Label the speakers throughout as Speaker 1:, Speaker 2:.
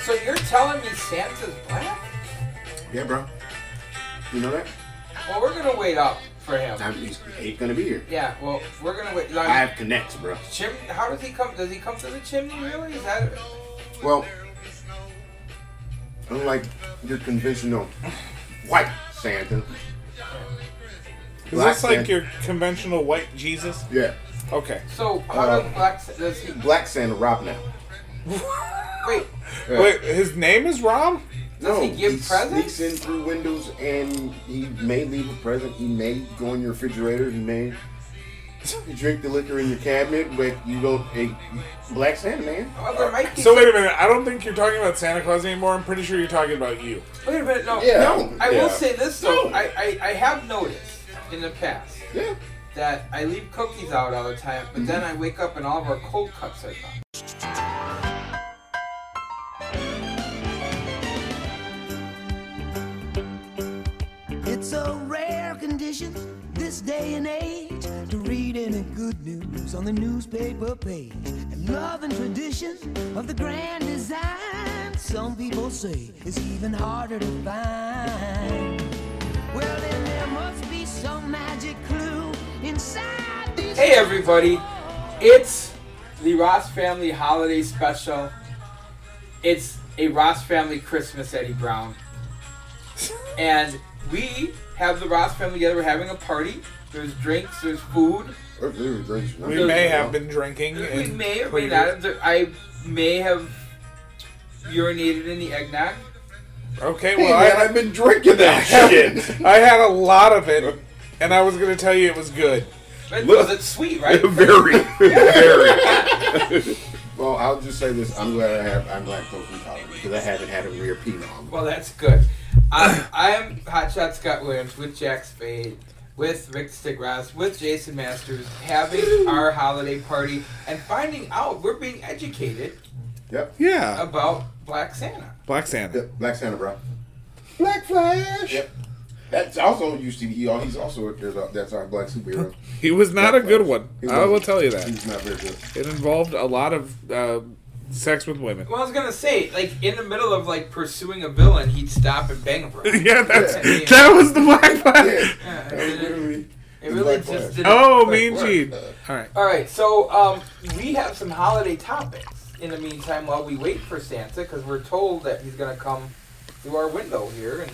Speaker 1: So you're telling me Santa's black?
Speaker 2: Yeah, bro. You know that?
Speaker 1: Well, we're gonna wait up for him.
Speaker 2: I'm, he's ain't gonna be here.
Speaker 1: Yeah. Well, we're gonna wait. Like,
Speaker 2: I have connects, bro.
Speaker 1: Chim- how does he come? Does he come through the chimney? Really? Is that?
Speaker 2: Well, unlike your conventional white Santa,
Speaker 3: Is this like your conventional white Jesus?
Speaker 2: yeah,
Speaker 3: Okay.
Speaker 1: So how
Speaker 2: Uh,
Speaker 1: does black? Sa- Does he?
Speaker 2: black Santa Rob now.
Speaker 1: Wait.
Speaker 2: Yeah.
Speaker 3: Wait, his name is Rob?
Speaker 1: Does he give presents?
Speaker 2: sneaks in through windows, and he may leave a present. He may go in your refrigerator. He may drink the liquor in your cabinet, but you don't. A black Santa man.
Speaker 1: Well, Oh, there might be.
Speaker 3: So
Speaker 1: some-
Speaker 3: wait a minute. I don't think you're talking about Santa Claus anymore. I'm pretty sure you're talking about you.
Speaker 1: Wait a minute. No.
Speaker 2: Yeah.
Speaker 1: No. I
Speaker 2: Yeah.
Speaker 1: will say this though.
Speaker 2: No.
Speaker 1: I, I I have noticed in the past
Speaker 2: Yeah. Mm-hmm.
Speaker 1: that I leave cookies out all the time, but then I wake up and all of our cold cuts are gone.
Speaker 4: It's a rare condition this day and age to read any good news on the newspaper page. And love and tradition of the grand design, some people say, is even harder to find. Well, then there must be some magic clue inside these.
Speaker 1: Hey everybody, it's the Ross Family Holiday Special. It's a Ross Family Christmas, Eddie Brown. And we have the Ross family together. We're having a party. There's drinks, there's food.
Speaker 3: We may have been drinking.
Speaker 1: We
Speaker 3: and
Speaker 1: may or may
Speaker 3: previous-
Speaker 1: not have. I may have urinated in the eggnog.
Speaker 3: Okay,
Speaker 2: Hey,
Speaker 3: well,
Speaker 2: man,
Speaker 3: I,
Speaker 2: I've been drinking that shit.
Speaker 3: I had a lot of it, and I was going to tell you it was good.
Speaker 1: But
Speaker 5: Look.
Speaker 1: was it sweet, right?
Speaker 5: very, very.
Speaker 2: Well, I'll just say this: I'm glad I have I'm lactose intolerant because I haven't had a rear phenom.
Speaker 1: Well, that's good. Um, I'm, I'm Hotshot Scott Williams with Jack Spade, with Rick Stigras, with Jason Masters, having our holiday party and finding out we're being educated
Speaker 2: Yep.
Speaker 3: Yeah.
Speaker 1: about Black Santa.
Speaker 3: Black Santa.
Speaker 2: Yep. Black Santa, bro. Black Flash. Yep. That's also used to be. He's also there's a, that's our black superhero.
Speaker 3: He was not a good one.
Speaker 2: He
Speaker 3: I will
Speaker 2: wasn't-
Speaker 3: tell you that.
Speaker 2: He's not very good.
Speaker 3: It involved a lot of uh, sex with women.
Speaker 1: Well, I was gonna say, like in the middle of like pursuing a villain, he'd stop and bang him. for it.
Speaker 3: Yeah, that's
Speaker 1: Yeah.
Speaker 3: that was the Black
Speaker 2: Yeah.
Speaker 3: Flash.
Speaker 1: Yeah,
Speaker 2: That
Speaker 1: it
Speaker 2: was
Speaker 1: didn't-
Speaker 2: literally
Speaker 1: It
Speaker 2: the
Speaker 1: really
Speaker 2: Black Flash.
Speaker 1: just didn't.
Speaker 3: Oh,
Speaker 1: like,
Speaker 3: Mean
Speaker 1: work.
Speaker 3: Gene. All right.
Speaker 1: All right, so um, we have some holiday topics in the meantime while we wait for Santa because we're told that he's gonna come through our window here and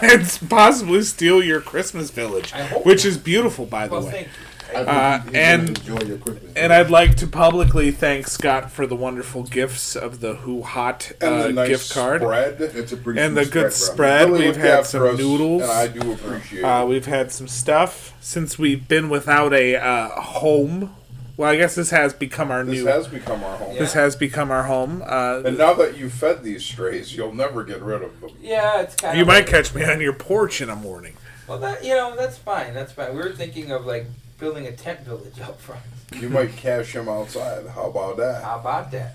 Speaker 3: and possibly steal your Christmas village,
Speaker 1: I hope
Speaker 3: which is beautiful, by the
Speaker 1: well,
Speaker 3: way.
Speaker 1: thank you.
Speaker 2: I think
Speaker 3: Uh,
Speaker 2: he's gonna
Speaker 3: and-
Speaker 2: enjoy your Christmas.
Speaker 3: And I'd like to publicly thank Scott for the wonderful gifts of the Who Hot
Speaker 5: And
Speaker 3: uh,
Speaker 5: the nice
Speaker 3: gift card.
Speaker 5: spread.
Speaker 2: It's a pretty
Speaker 3: and the
Speaker 2: sweet
Speaker 3: good
Speaker 2: bro.
Speaker 3: spread.
Speaker 5: Really
Speaker 3: We've
Speaker 5: looked
Speaker 3: had
Speaker 5: out
Speaker 3: some
Speaker 5: for us,
Speaker 3: noodles.
Speaker 5: and I do appreciate
Speaker 3: Uh,
Speaker 5: it.
Speaker 3: we've had some stuff since we've been without a uh, home. Well, I guess this has become our
Speaker 5: This
Speaker 3: new.
Speaker 5: has become our home.
Speaker 3: this has become our home. Uh,
Speaker 5: And now that you've fed these strays, you'll never get rid of them.
Speaker 1: Yeah, it's kind
Speaker 3: you
Speaker 1: of.
Speaker 3: might catch me on your porch in the morning.
Speaker 1: Well, that you know, that's fine. That's fine. We were thinking of like building a tent village out front.
Speaker 5: You might cash them outside. How about that?
Speaker 1: How about that?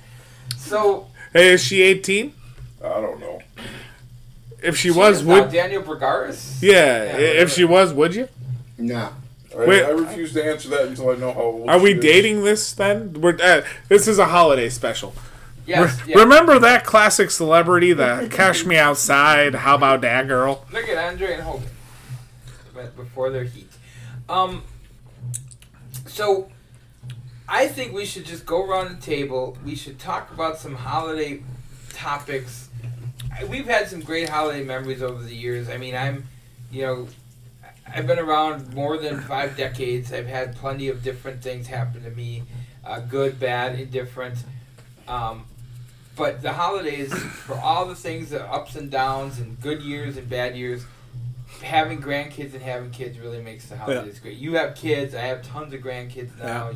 Speaker 1: So
Speaker 3: Hey, is she eighteen?
Speaker 5: I don't know.
Speaker 3: If she was,
Speaker 1: is now
Speaker 3: would
Speaker 1: uh, Daniel Bergaris?
Speaker 3: yeah?
Speaker 1: Yeah,
Speaker 3: i- If she was, would you?
Speaker 2: Nah.
Speaker 5: I,
Speaker 3: Wait.
Speaker 5: I refuse to answer that until I know how old.
Speaker 3: Are
Speaker 5: she
Speaker 3: we
Speaker 5: is.
Speaker 3: dating this then? We're uh, this is a holiday special.
Speaker 1: Yes.
Speaker 3: Re-
Speaker 1: yeah.
Speaker 3: Remember that classic celebrity, the "Cash Me Outside"? How about that girl?
Speaker 1: Look at Andre and Hogan. But before their heat. Um. So, I think we should just go around the table. We should talk about some holiday topics. I- We've had some great holiday memories over the years. I mean, I'm, you know, I- I've been around more than five decades. I've had plenty of different things happen to me, uh, good, bad, indifferent. Um, but the holidays, for all the things, the ups and downs, and good years and bad years, having grandkids and having kids really makes the holidays great. You have kids. I have tons of grandkids now.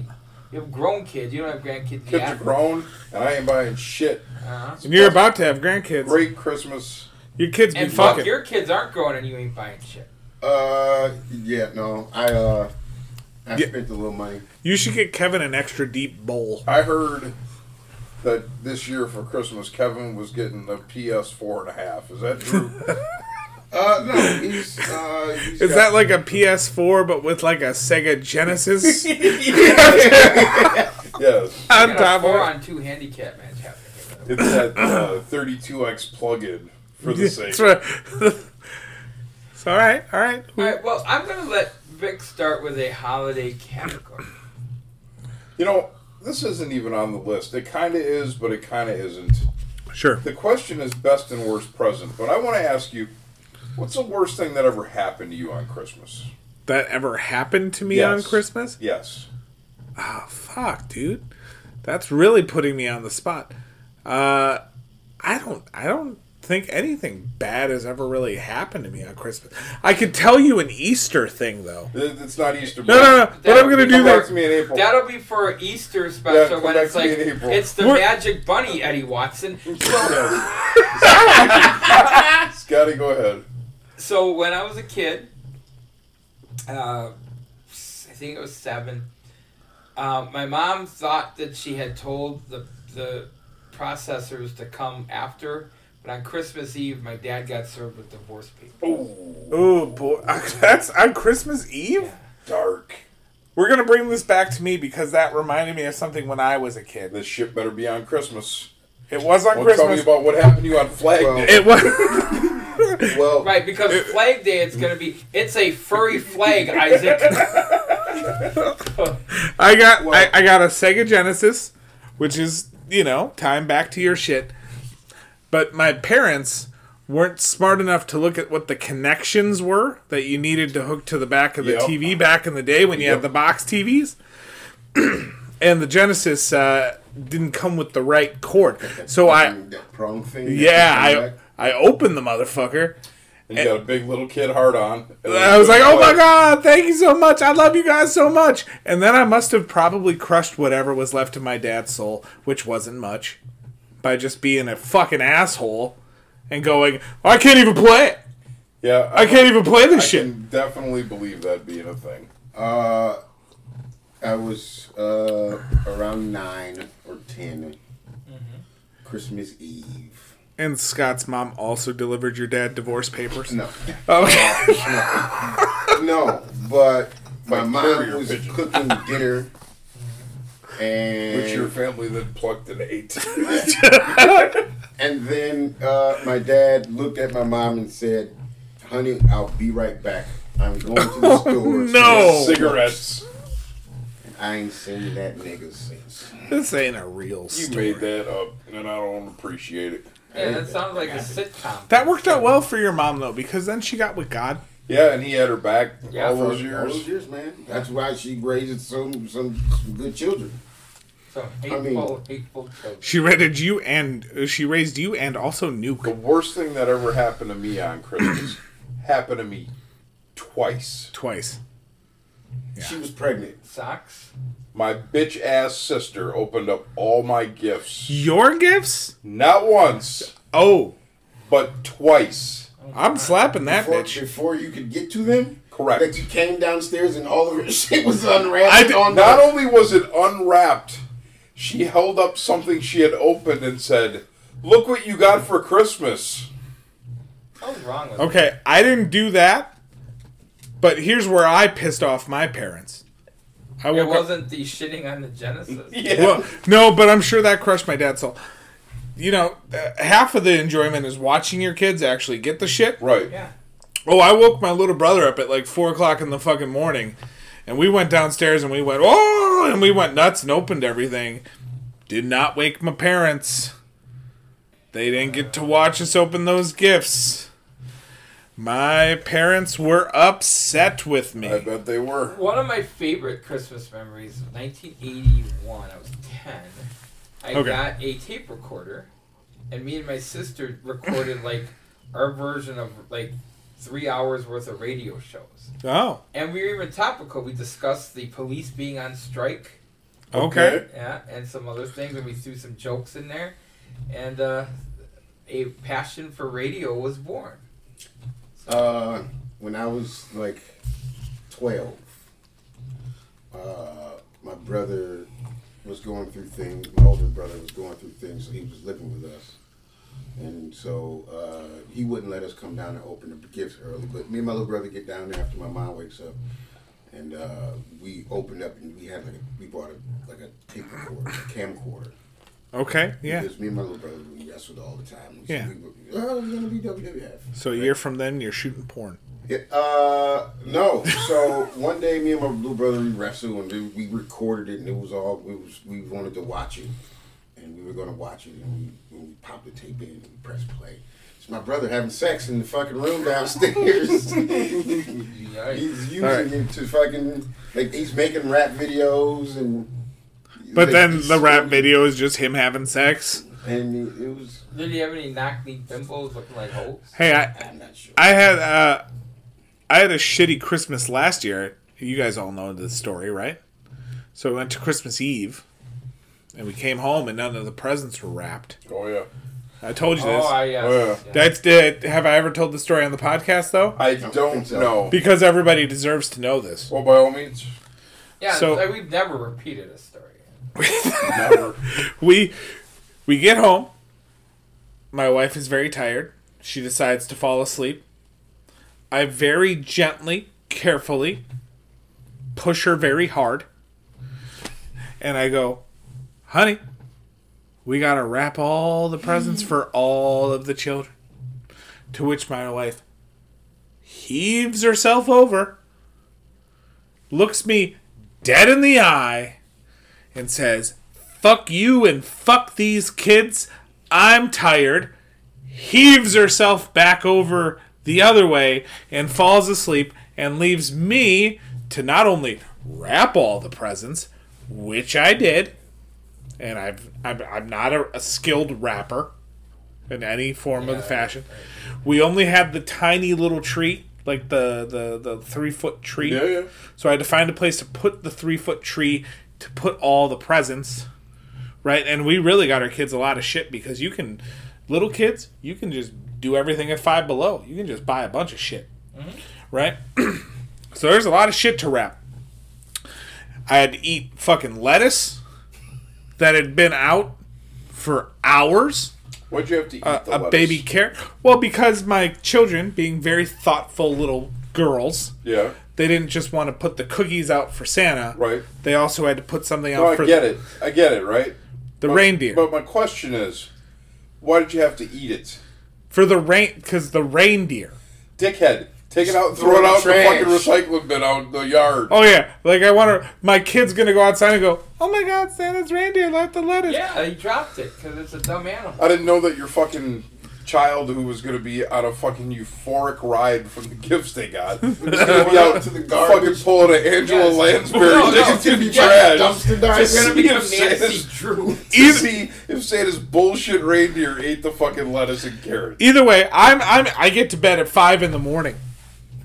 Speaker 1: You have grown kids. You don't have grandkids
Speaker 5: Kids
Speaker 1: yet.
Speaker 5: are grown, and I ain't buying shit.
Speaker 1: Uh-huh.
Speaker 3: And you're about to have grandkids.
Speaker 5: Great Christmas.
Speaker 3: Your kids be
Speaker 1: And fuck,
Speaker 3: fucking.
Speaker 1: your kids aren't growing and you ain't buying shit.
Speaker 2: Uh, yeah, no. I uh, I
Speaker 3: Yeah.
Speaker 2: spent a little money.
Speaker 3: You should get Kevin an extra deep bowl.
Speaker 5: I heard that this year for Christmas, Kevin was getting a PS four and a half. Is that true?
Speaker 2: Uh, no. He's uh. he's
Speaker 3: Is
Speaker 2: got-
Speaker 3: that like a PS4 but with like a Sega Genesis
Speaker 5: yes.
Speaker 3: on
Speaker 1: I got a
Speaker 3: top
Speaker 1: four
Speaker 3: of it?
Speaker 1: on two handicap match happening.
Speaker 5: It's that uh, 32X plug-in for the sake.
Speaker 3: That's right. it's all right. All right.
Speaker 1: All right, well, I'm going to let Vic start with a holiday category.
Speaker 5: You know, this isn't even on the list. It kind of is, but it kind of isn't.
Speaker 3: Sure.
Speaker 5: The question is best and worst present, but I want to ask you, what's the worst thing that ever happened to you on Christmas?
Speaker 3: That ever happened to me
Speaker 5: Yes.
Speaker 3: on Christmas?
Speaker 5: Yes.
Speaker 3: Oh, fuck, dude. That's really putting me on the spot. Uh, I don't. I don't think anything bad has ever really happened to me on Christmas. I could tell you an Easter thing though.
Speaker 5: It- It's not Easter.
Speaker 3: No, no, no. What I'm gonna do
Speaker 5: Come
Speaker 3: there?
Speaker 5: back to me in April.
Speaker 1: That'll be for our Easter special
Speaker 5: Oh. come
Speaker 1: when
Speaker 5: back
Speaker 1: it's
Speaker 5: to me
Speaker 1: like
Speaker 5: in April.
Speaker 1: it's the
Speaker 3: We're-
Speaker 1: magic bunny, Eddie Watson.
Speaker 5: Scotty, go ahead.
Speaker 1: So when I was a kid, uh, I think it was seven. Uh, my mom thought that she had told the the processors to come after, but on Christmas Eve, my dad got served with divorce papers.
Speaker 3: Oh boy, that's on Christmas Eve.
Speaker 5: Dark.
Speaker 3: We're gonna bring this back to me because that reminded me of something when I was a kid.
Speaker 5: This shit better be on Christmas.
Speaker 3: It was on
Speaker 5: Well, tell me
Speaker 3: Christmas.
Speaker 5: about what happened to you on Flag
Speaker 2: Well-
Speaker 5: Day.
Speaker 3: It was.
Speaker 2: Well,
Speaker 1: Right, because Flag Day, it's gonna be it's a furry flag, Isaac.
Speaker 3: I got. I, I got a Sega Genesis, which is you know time back to your shit. But my parents weren't smart enough to look at what the connections were that you needed to hook to the back of the
Speaker 5: Yep.
Speaker 3: TV back in the day when you
Speaker 5: Yep.
Speaker 3: had the box TVs. and the Genesis uh, didn't come with the right cord, so I.
Speaker 2: that prong thing.
Speaker 3: Yeah, I I opened the motherfucker.
Speaker 5: And you got a big little kid heart on. And
Speaker 3: I was like, "Oh my god, thank you so much. I love you guys so much." And then I must have probably crushed whatever was left of my dad's soul, which wasn't much, by just being a fucking asshole and going, "I can't even play it.
Speaker 5: Yeah,
Speaker 3: I can't even play
Speaker 5: I
Speaker 3: this shit."
Speaker 5: can definitely believe that being a thing.
Speaker 2: Uh, I was uh, around nine or 10 Christmas Eve.
Speaker 3: And Scott's mom also delivered your dad divorce papers.
Speaker 2: No,
Speaker 3: Okay.
Speaker 2: no, but my
Speaker 5: Like
Speaker 2: mom
Speaker 5: carrier
Speaker 2: was
Speaker 5: pigeon.
Speaker 2: cooking dinner, and
Speaker 5: Which your family then plucked and ate.
Speaker 2: and then uh, my dad looked at my mom and said, "Honey, I'll be right back. I'm going to the store."
Speaker 3: no.
Speaker 5: Cigarettes.
Speaker 2: I ain't seen that nigga since.
Speaker 3: This ain't a real
Speaker 5: You
Speaker 3: story.
Speaker 5: made that up, and I don't appreciate it.
Speaker 1: Yeah, that sounds like a sitcom.
Speaker 3: That worked out well for your mom though, because then she got with God.
Speaker 5: Yeah, and he had her back
Speaker 1: Yeah,
Speaker 5: all
Speaker 1: for
Speaker 5: those
Speaker 2: All those
Speaker 5: years.
Speaker 2: years, man. That's why she raised some some, some good children.
Speaker 1: So hateful,
Speaker 2: mean-
Speaker 1: hateful children.
Speaker 3: She raised you and uh, she raised you and also
Speaker 5: The
Speaker 3: Nuke.
Speaker 5: worst thing that ever happened to me on Christmas happened to me twice.
Speaker 3: Twice.
Speaker 2: She was pregnant.
Speaker 1: Socks.
Speaker 5: My bitch ass sister opened up all my gifts.
Speaker 3: Your gifts?
Speaker 5: Not once,
Speaker 3: Oh,
Speaker 5: but twice.
Speaker 3: I'm slapping that
Speaker 2: Before,
Speaker 3: bitch.
Speaker 2: before you could get to them,
Speaker 5: Correct.
Speaker 2: That you came downstairs and all of her shit was
Speaker 3: I
Speaker 2: unwrapped.
Speaker 3: did-
Speaker 2: on
Speaker 5: Not
Speaker 2: the-
Speaker 5: only was it unwrapped, she held up something she had opened and said, Look what you got for Christmas.
Speaker 1: What was wrong with
Speaker 3: Okay, I didn't do that, but here's where I pissed off my parents. I
Speaker 1: It
Speaker 3: woke up.
Speaker 1: wasn't the shitting on the Genesis.
Speaker 5: Yeah.
Speaker 3: Well, no, but I'm sure that crushed my dad's soul. You know, uh, half of the enjoyment is watching your kids actually get the shit.
Speaker 5: right.
Speaker 1: Yeah.
Speaker 3: Oh, I woke my little brother up at like four o'clock in the fucking morning, and we went downstairs and we went oh, and we went nuts and opened everything. Did not wake my parents. They didn't get to watch us open those gifts. My parents were upset with
Speaker 5: I
Speaker 3: me.
Speaker 5: bet they were.
Speaker 1: One of my favorite Christmas memories of 1981. I was 10. I
Speaker 3: Okay.
Speaker 1: got a tape recorder, and me and my sister recorded like our version of like three hours worth of radio shows.
Speaker 3: Oh,
Speaker 1: And we were even topical. We discussed the police being on strike,
Speaker 3: okay.
Speaker 1: yeah, and some other things, and we threw some jokes in there, and uh, a passion for radio was born.
Speaker 2: Uh, when I was like 12, uh, my brother was going through things. My older brother was going through things, so he was living with us. And so uh, he wouldn't let us come down and open the gifts early. But me and my little brother get down there after my mom wakes up. And uh, we opened up and we had like a, we bought a, like a tape recorder, a camcorder.
Speaker 3: Okay, yeah.
Speaker 2: Because me and my little brother we wrestled all the time. We,
Speaker 3: Yeah.
Speaker 2: we were, oh, it's gonna be WWF.
Speaker 3: So a year from then, you're shooting porn.
Speaker 2: It, uh, no. So one day, me and my little brother we wrestled and then we recorded it, and it was all we was we wanted to watch it, and we were gonna watch it, and we, and we popped the tape in and we pressed play. It's my brother having sex in the fucking room downstairs.
Speaker 1: Yikes.
Speaker 2: he's using
Speaker 3: Alright.
Speaker 2: it to fucking like he's making rap videos and.
Speaker 3: But
Speaker 2: like,
Speaker 3: then
Speaker 2: he's-
Speaker 3: the rap video is just him having sex.
Speaker 2: and it, it was.
Speaker 1: Did he have any knock-me pimples looking like holes?
Speaker 3: Hey, I,
Speaker 2: I'm not sure.
Speaker 3: I had uh, I had a shitty Christmas last year. You guys all know this story, right? So we went to Christmas Eve, and we came home, and none of the presents were wrapped.
Speaker 5: Oh yeah.
Speaker 3: I told you this.
Speaker 1: Oh, I, uh,
Speaker 5: Oh,
Speaker 1: yeah.
Speaker 3: That's did. Have I ever told the story on the podcast though?
Speaker 5: I
Speaker 2: don't
Speaker 5: don't
Speaker 2: think so.
Speaker 5: know.
Speaker 3: Because everybody deserves to know this.
Speaker 5: Well, by all means,
Speaker 1: Yeah,
Speaker 3: So-
Speaker 1: like, we've never repeated a story.
Speaker 5: never.
Speaker 3: we we get home. My wife is very tired. She decides to fall asleep. I very gently, carefully push her very hard. And I go, "Honey, we got to wrap all the presents for all of the children." To which my wife heaves herself over, looks me dead in the eye, and says, fuck you and fuck these kids. I'm tired. Heaves herself back over the other way and falls asleep and leaves me to not only wrap all the presents, which I did, and I've, I'm, I'm not a, a skilled rapper in any form of the fashion. We only had the tiny little tree, like the, the, the three foot tree.
Speaker 5: Yeah, yeah.
Speaker 3: So I had to find a place to put the three foot tree to put all the presents, right? And we really got our kids a lot of shit because you can, little kids, you can just do everything at five below. You can just buy a bunch of shit,
Speaker 5: Mm-hmm.
Speaker 3: right? so there's a lot of shit to wrap. I had to eat fucking lettuce that had been out for hours
Speaker 5: What'd you have to eat? the
Speaker 3: a
Speaker 5: lettuce?
Speaker 3: baby care. Well, because my children, being very thoughtful little girls,
Speaker 5: Yeah.
Speaker 3: they didn't just want to put the cookies out for Santa.
Speaker 5: Right.
Speaker 3: They also had to put something out
Speaker 5: No, I
Speaker 3: for
Speaker 5: get it. I get it. Right.
Speaker 3: the
Speaker 5: But-
Speaker 3: reindeer.
Speaker 5: But my question is, why did you have to eat it,
Speaker 3: for the rain, because the reindeer.
Speaker 5: dickhead? Take it out,
Speaker 2: Just
Speaker 5: throw it out in
Speaker 2: throw it in
Speaker 5: the
Speaker 2: the
Speaker 5: fucking recycling bin out in the yard.
Speaker 3: Oh yeah, like I want to. My kid's gonna go outside and go, "Oh my God, Santa's reindeer left the lettuce."
Speaker 1: Yeah, he dropped it because it's a dumb animal.
Speaker 5: I didn't know that your fucking child who was going to be on a fucking euphoric ride from the gifts they got was going to be out to the garbage. fucking pulling an Angela
Speaker 1: Yes.
Speaker 5: Lansbury.
Speaker 1: No,
Speaker 5: Like,
Speaker 1: no,
Speaker 5: it's going to be
Speaker 1: yes,
Speaker 5: trash.
Speaker 2: dumpster dive.
Speaker 5: Just
Speaker 1: It's gonna
Speaker 5: see
Speaker 1: become
Speaker 5: if
Speaker 1: Nancy
Speaker 5: Santa's-
Speaker 1: Drew.
Speaker 5: to see if Santa's bullshit reindeer ate the fucking lettuce and carrot.
Speaker 3: Either way, I'm I'm I get to bed at five in the morning,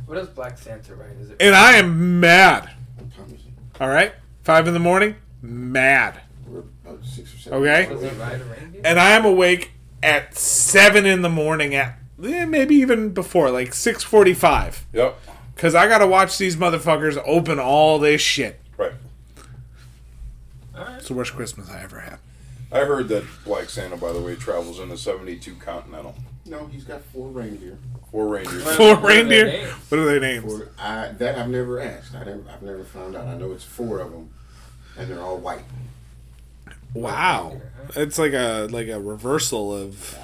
Speaker 1: What does Black Santa write? Is it?
Speaker 3: and I am mad.
Speaker 2: Thomas,
Speaker 3: All right, five in the morning, mad.
Speaker 2: we're about six or seven.
Speaker 3: Okay.
Speaker 1: does he ride a reindeer?
Speaker 3: and I am awake at seven in the morning at eh, maybe even before like six forty five
Speaker 5: Yep.
Speaker 3: because I gotta watch these motherfuckers open all this shit.
Speaker 5: Right.
Speaker 3: It's the worst Christmas I ever had.
Speaker 5: I heard that Black Santa, by the way, travels in a 72 Continental.
Speaker 2: No, he's got four reindeer.
Speaker 5: Four reindeer.
Speaker 3: Four
Speaker 1: What are their
Speaker 3: reindeer.
Speaker 1: names?
Speaker 3: What are their names?
Speaker 2: Or I, that I've never asked. I never, I've never found out. I know it's four of them, and they're all white.
Speaker 3: Wow, it's like a like a reversal of.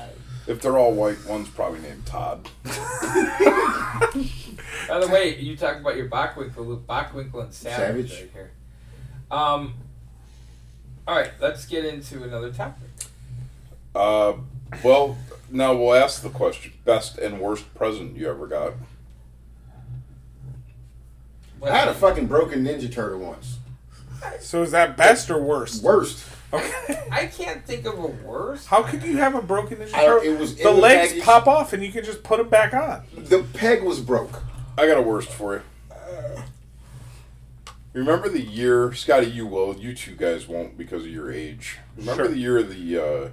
Speaker 5: If they're all white, one's probably named Todd.
Speaker 1: By the way, you talk about your Bachwinkle, Bachwinkle and Savage,
Speaker 2: Savage.
Speaker 1: right here. Um. All right, let's get into another topic.
Speaker 5: Uh, well, now we'll ask the question: best and worst present you ever got.
Speaker 2: I had a fucking broken Ninja Turtle once.
Speaker 3: So is that best or worst?
Speaker 2: Worst.
Speaker 3: Okay.
Speaker 1: I can't think of a worse.
Speaker 3: How could you have a broken
Speaker 2: I-
Speaker 3: intro?
Speaker 2: it was in
Speaker 3: the
Speaker 2: the
Speaker 3: legs
Speaker 2: package.
Speaker 3: pop off and you can just put them back on.
Speaker 2: The peg was broke.
Speaker 5: I got a worst for you. Remember the year, Scotty? You will. You two guys won't because of your age. Remember
Speaker 3: Sure.
Speaker 5: the year the uh,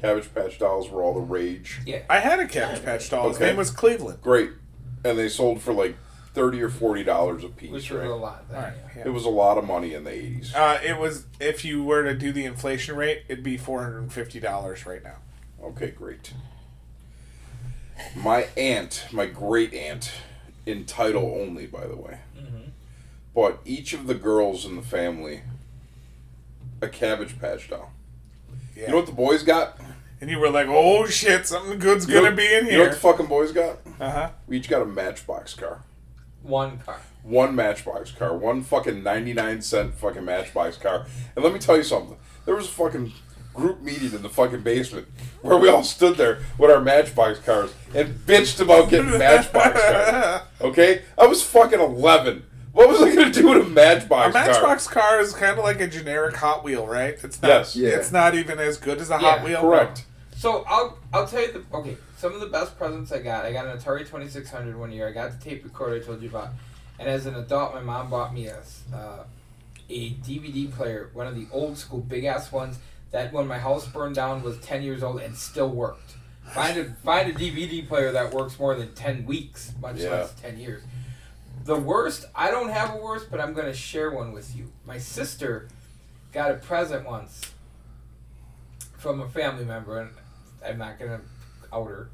Speaker 5: Cabbage Patch dolls were all the rage.
Speaker 1: Yeah.
Speaker 3: I had a Cabbage Patch doll. His
Speaker 5: Okay.
Speaker 3: name was Cleveland.
Speaker 5: Great, and they sold for like thirty or forty dollars a piece.
Speaker 1: Which was
Speaker 5: Right?
Speaker 1: a lot. Then,
Speaker 3: All right.
Speaker 1: yeah.
Speaker 3: yeah.
Speaker 5: It was a lot of money in the eighties.
Speaker 3: Uh, it was if you were to do the inflation rate, it'd be four hundred and fifty dollars right now.
Speaker 5: Okay, great. My aunt, my great aunt, in title only, by the way, bought each of the girls in the family a Cabbage Patch doll. You know what the boys got?
Speaker 3: And you were like, oh shit, something good's
Speaker 5: You know-
Speaker 3: gonna be in
Speaker 5: You know what the
Speaker 3: here.
Speaker 5: fucking boys got?
Speaker 3: Uh huh.
Speaker 5: We each got a Matchbox car.
Speaker 1: One car.
Speaker 5: One Matchbox car. One fucking 99 cent fucking Matchbox car. And let me tell you something. There was a fucking group meeting in the fucking basement where we all stood there with our Matchbox cars and bitched about getting Matchbox cars. Okay? I was fucking 11. What was I going to do with a Matchbox
Speaker 3: A
Speaker 5: car?
Speaker 3: Matchbox car is kind of like a generic Hot Wheel, right? It's not.
Speaker 5: Yes.
Speaker 2: Yeah.
Speaker 3: It's not even as good as a
Speaker 1: Yeah,
Speaker 3: Hot Wheel.
Speaker 5: Correct.
Speaker 1: So I'll I'll tell you the okay. Some of the best presents I got. I got an Atari Twenty Six Hundred one year. I got the tape recorder I told you about. And as an adult, my mom bought me a uh, a DVD player, one of the old school big ass ones that when my house burned down was ten years old and still worked. Find a find a DVD player that works more than ten weeks, much
Speaker 5: Yeah.
Speaker 1: less ten years. The worst, I don't have a worst, but I'm gonna share one with you. My sister got a present once from a family member, and I'm not gonna out her,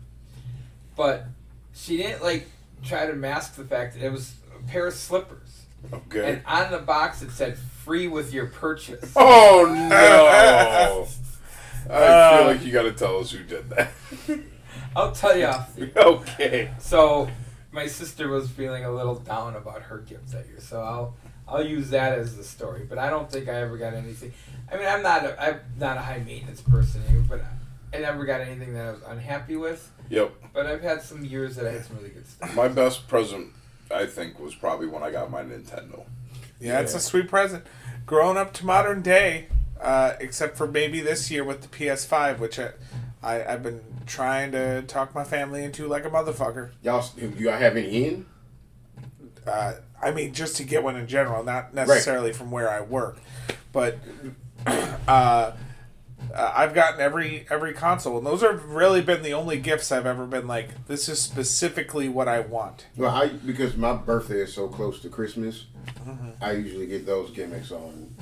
Speaker 1: but she didn't like try to mask the fact that it was a pair of slippers,
Speaker 5: Okay.
Speaker 1: and on the box it said "free with your purchase."
Speaker 5: Oh no! I
Speaker 3: Uh.
Speaker 5: feel like you got to tell us who did that.
Speaker 1: I'll tell you. off.
Speaker 5: okay.
Speaker 1: So my sister was feeling a little down about her gift that year, so I'll I'll use that as the story. But I don't think I ever got anything. I mean, I'm not a, I'm not a high maintenance person, here, but I never got anything that I was unhappy with.
Speaker 5: Yep.
Speaker 1: But I've had some years that I had some really good stuff.
Speaker 5: My best present, I think, was probably when I got my Nintendo.
Speaker 3: Yeah, it's a sweet present. Grown up to modern day, uh, except for maybe this year with the PS5, which I, I, I've been trying to talk my family into like a motherfucker.
Speaker 2: Y'all, s- do y'all have any in?
Speaker 3: Uh, I mean, just to get one in general, not necessarily from where I work, but uh, uh, I've gotten every every console, and those have really been the only gifts I've ever been like. This is specifically what I want.
Speaker 2: Well, I because my birthday is so close to Christmas, I usually get those gimmicks on.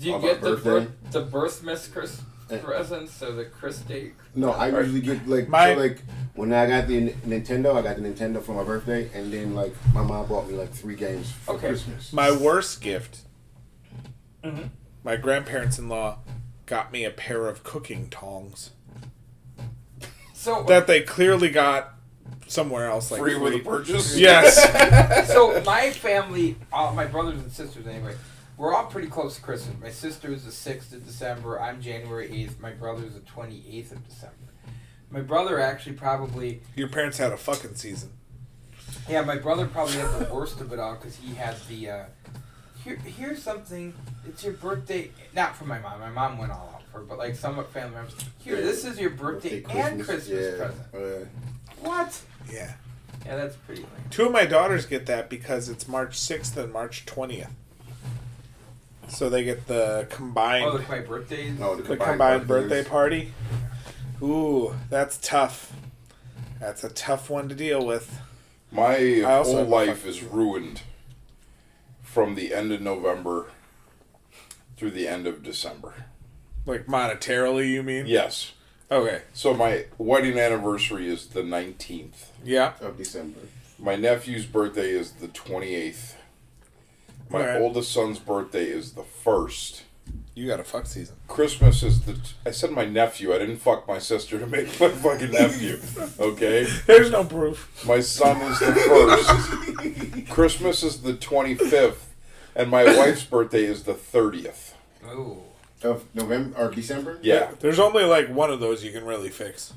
Speaker 1: Do you
Speaker 2: On my
Speaker 1: get the
Speaker 2: birthday?
Speaker 1: birth, the birth miss Chris
Speaker 2: Eh.
Speaker 1: presents or the Chris date?
Speaker 2: No, I usually get like
Speaker 3: My-
Speaker 2: so like when I got the N- Nintendo, I got the Nintendo for my birthday, and then like my mom bought me like three games for
Speaker 1: Okay.
Speaker 2: Christmas.
Speaker 3: My worst gift.
Speaker 5: Mm-hmm.
Speaker 3: My grandparents in law got me a pair of cooking tongs
Speaker 1: So
Speaker 3: that they clearly got somewhere else. Like
Speaker 5: Free with a purchase.
Speaker 3: Yes.
Speaker 1: so my family, all my brothers and sisters anyway, we're all pretty close to Christmas. My sister is the sixth of December. I'm January eighth. My brother's the twenty eighth of December. My brother actually probably
Speaker 3: Your parents had a fucking season.
Speaker 1: Yeah, my brother probably had the worst of it all because he had the. Uh, here, here's something. It's your birthday. Not for my mom. My mom went all out for it, but like some family members. Here, this is your birthday, and Christmas present.
Speaker 2: present.
Speaker 1: What?
Speaker 3: Yeah.
Speaker 1: Yeah, that's pretty lame.
Speaker 3: Two of my daughters get that because it's March 6th and March 20th. So they get the combined,
Speaker 1: Oh, like my birthdays.
Speaker 2: No, the
Speaker 3: the
Speaker 2: combined
Speaker 3: combined,
Speaker 2: birthdays.
Speaker 3: birthday party. Ooh, that's tough. That's a tough one to deal with.
Speaker 5: My
Speaker 3: I also
Speaker 5: whole
Speaker 3: have a
Speaker 5: life
Speaker 3: fucking-
Speaker 5: is ruined from the end of November through the end of December.
Speaker 3: Like monetarily, you mean?
Speaker 5: Yes.
Speaker 3: Okay.
Speaker 5: So my wedding anniversary is the 19th.
Speaker 3: Yeah.
Speaker 2: of December.
Speaker 5: My nephew's birthday is the 28th. My
Speaker 3: Alright.
Speaker 5: oldest son's birthday is the 1st.
Speaker 3: You got a fuck season.
Speaker 5: Christmas is the. T- I said my nephew. I didn't fuck my sister to make my fucking nephew. Okay?
Speaker 3: There's no proof.
Speaker 5: My son is the first. Christmas is the 25th. And my wife's birthday is the 30th.
Speaker 1: Oh.
Speaker 2: Of November or December?
Speaker 5: Yeah.
Speaker 3: There's only like one of those you can really fix.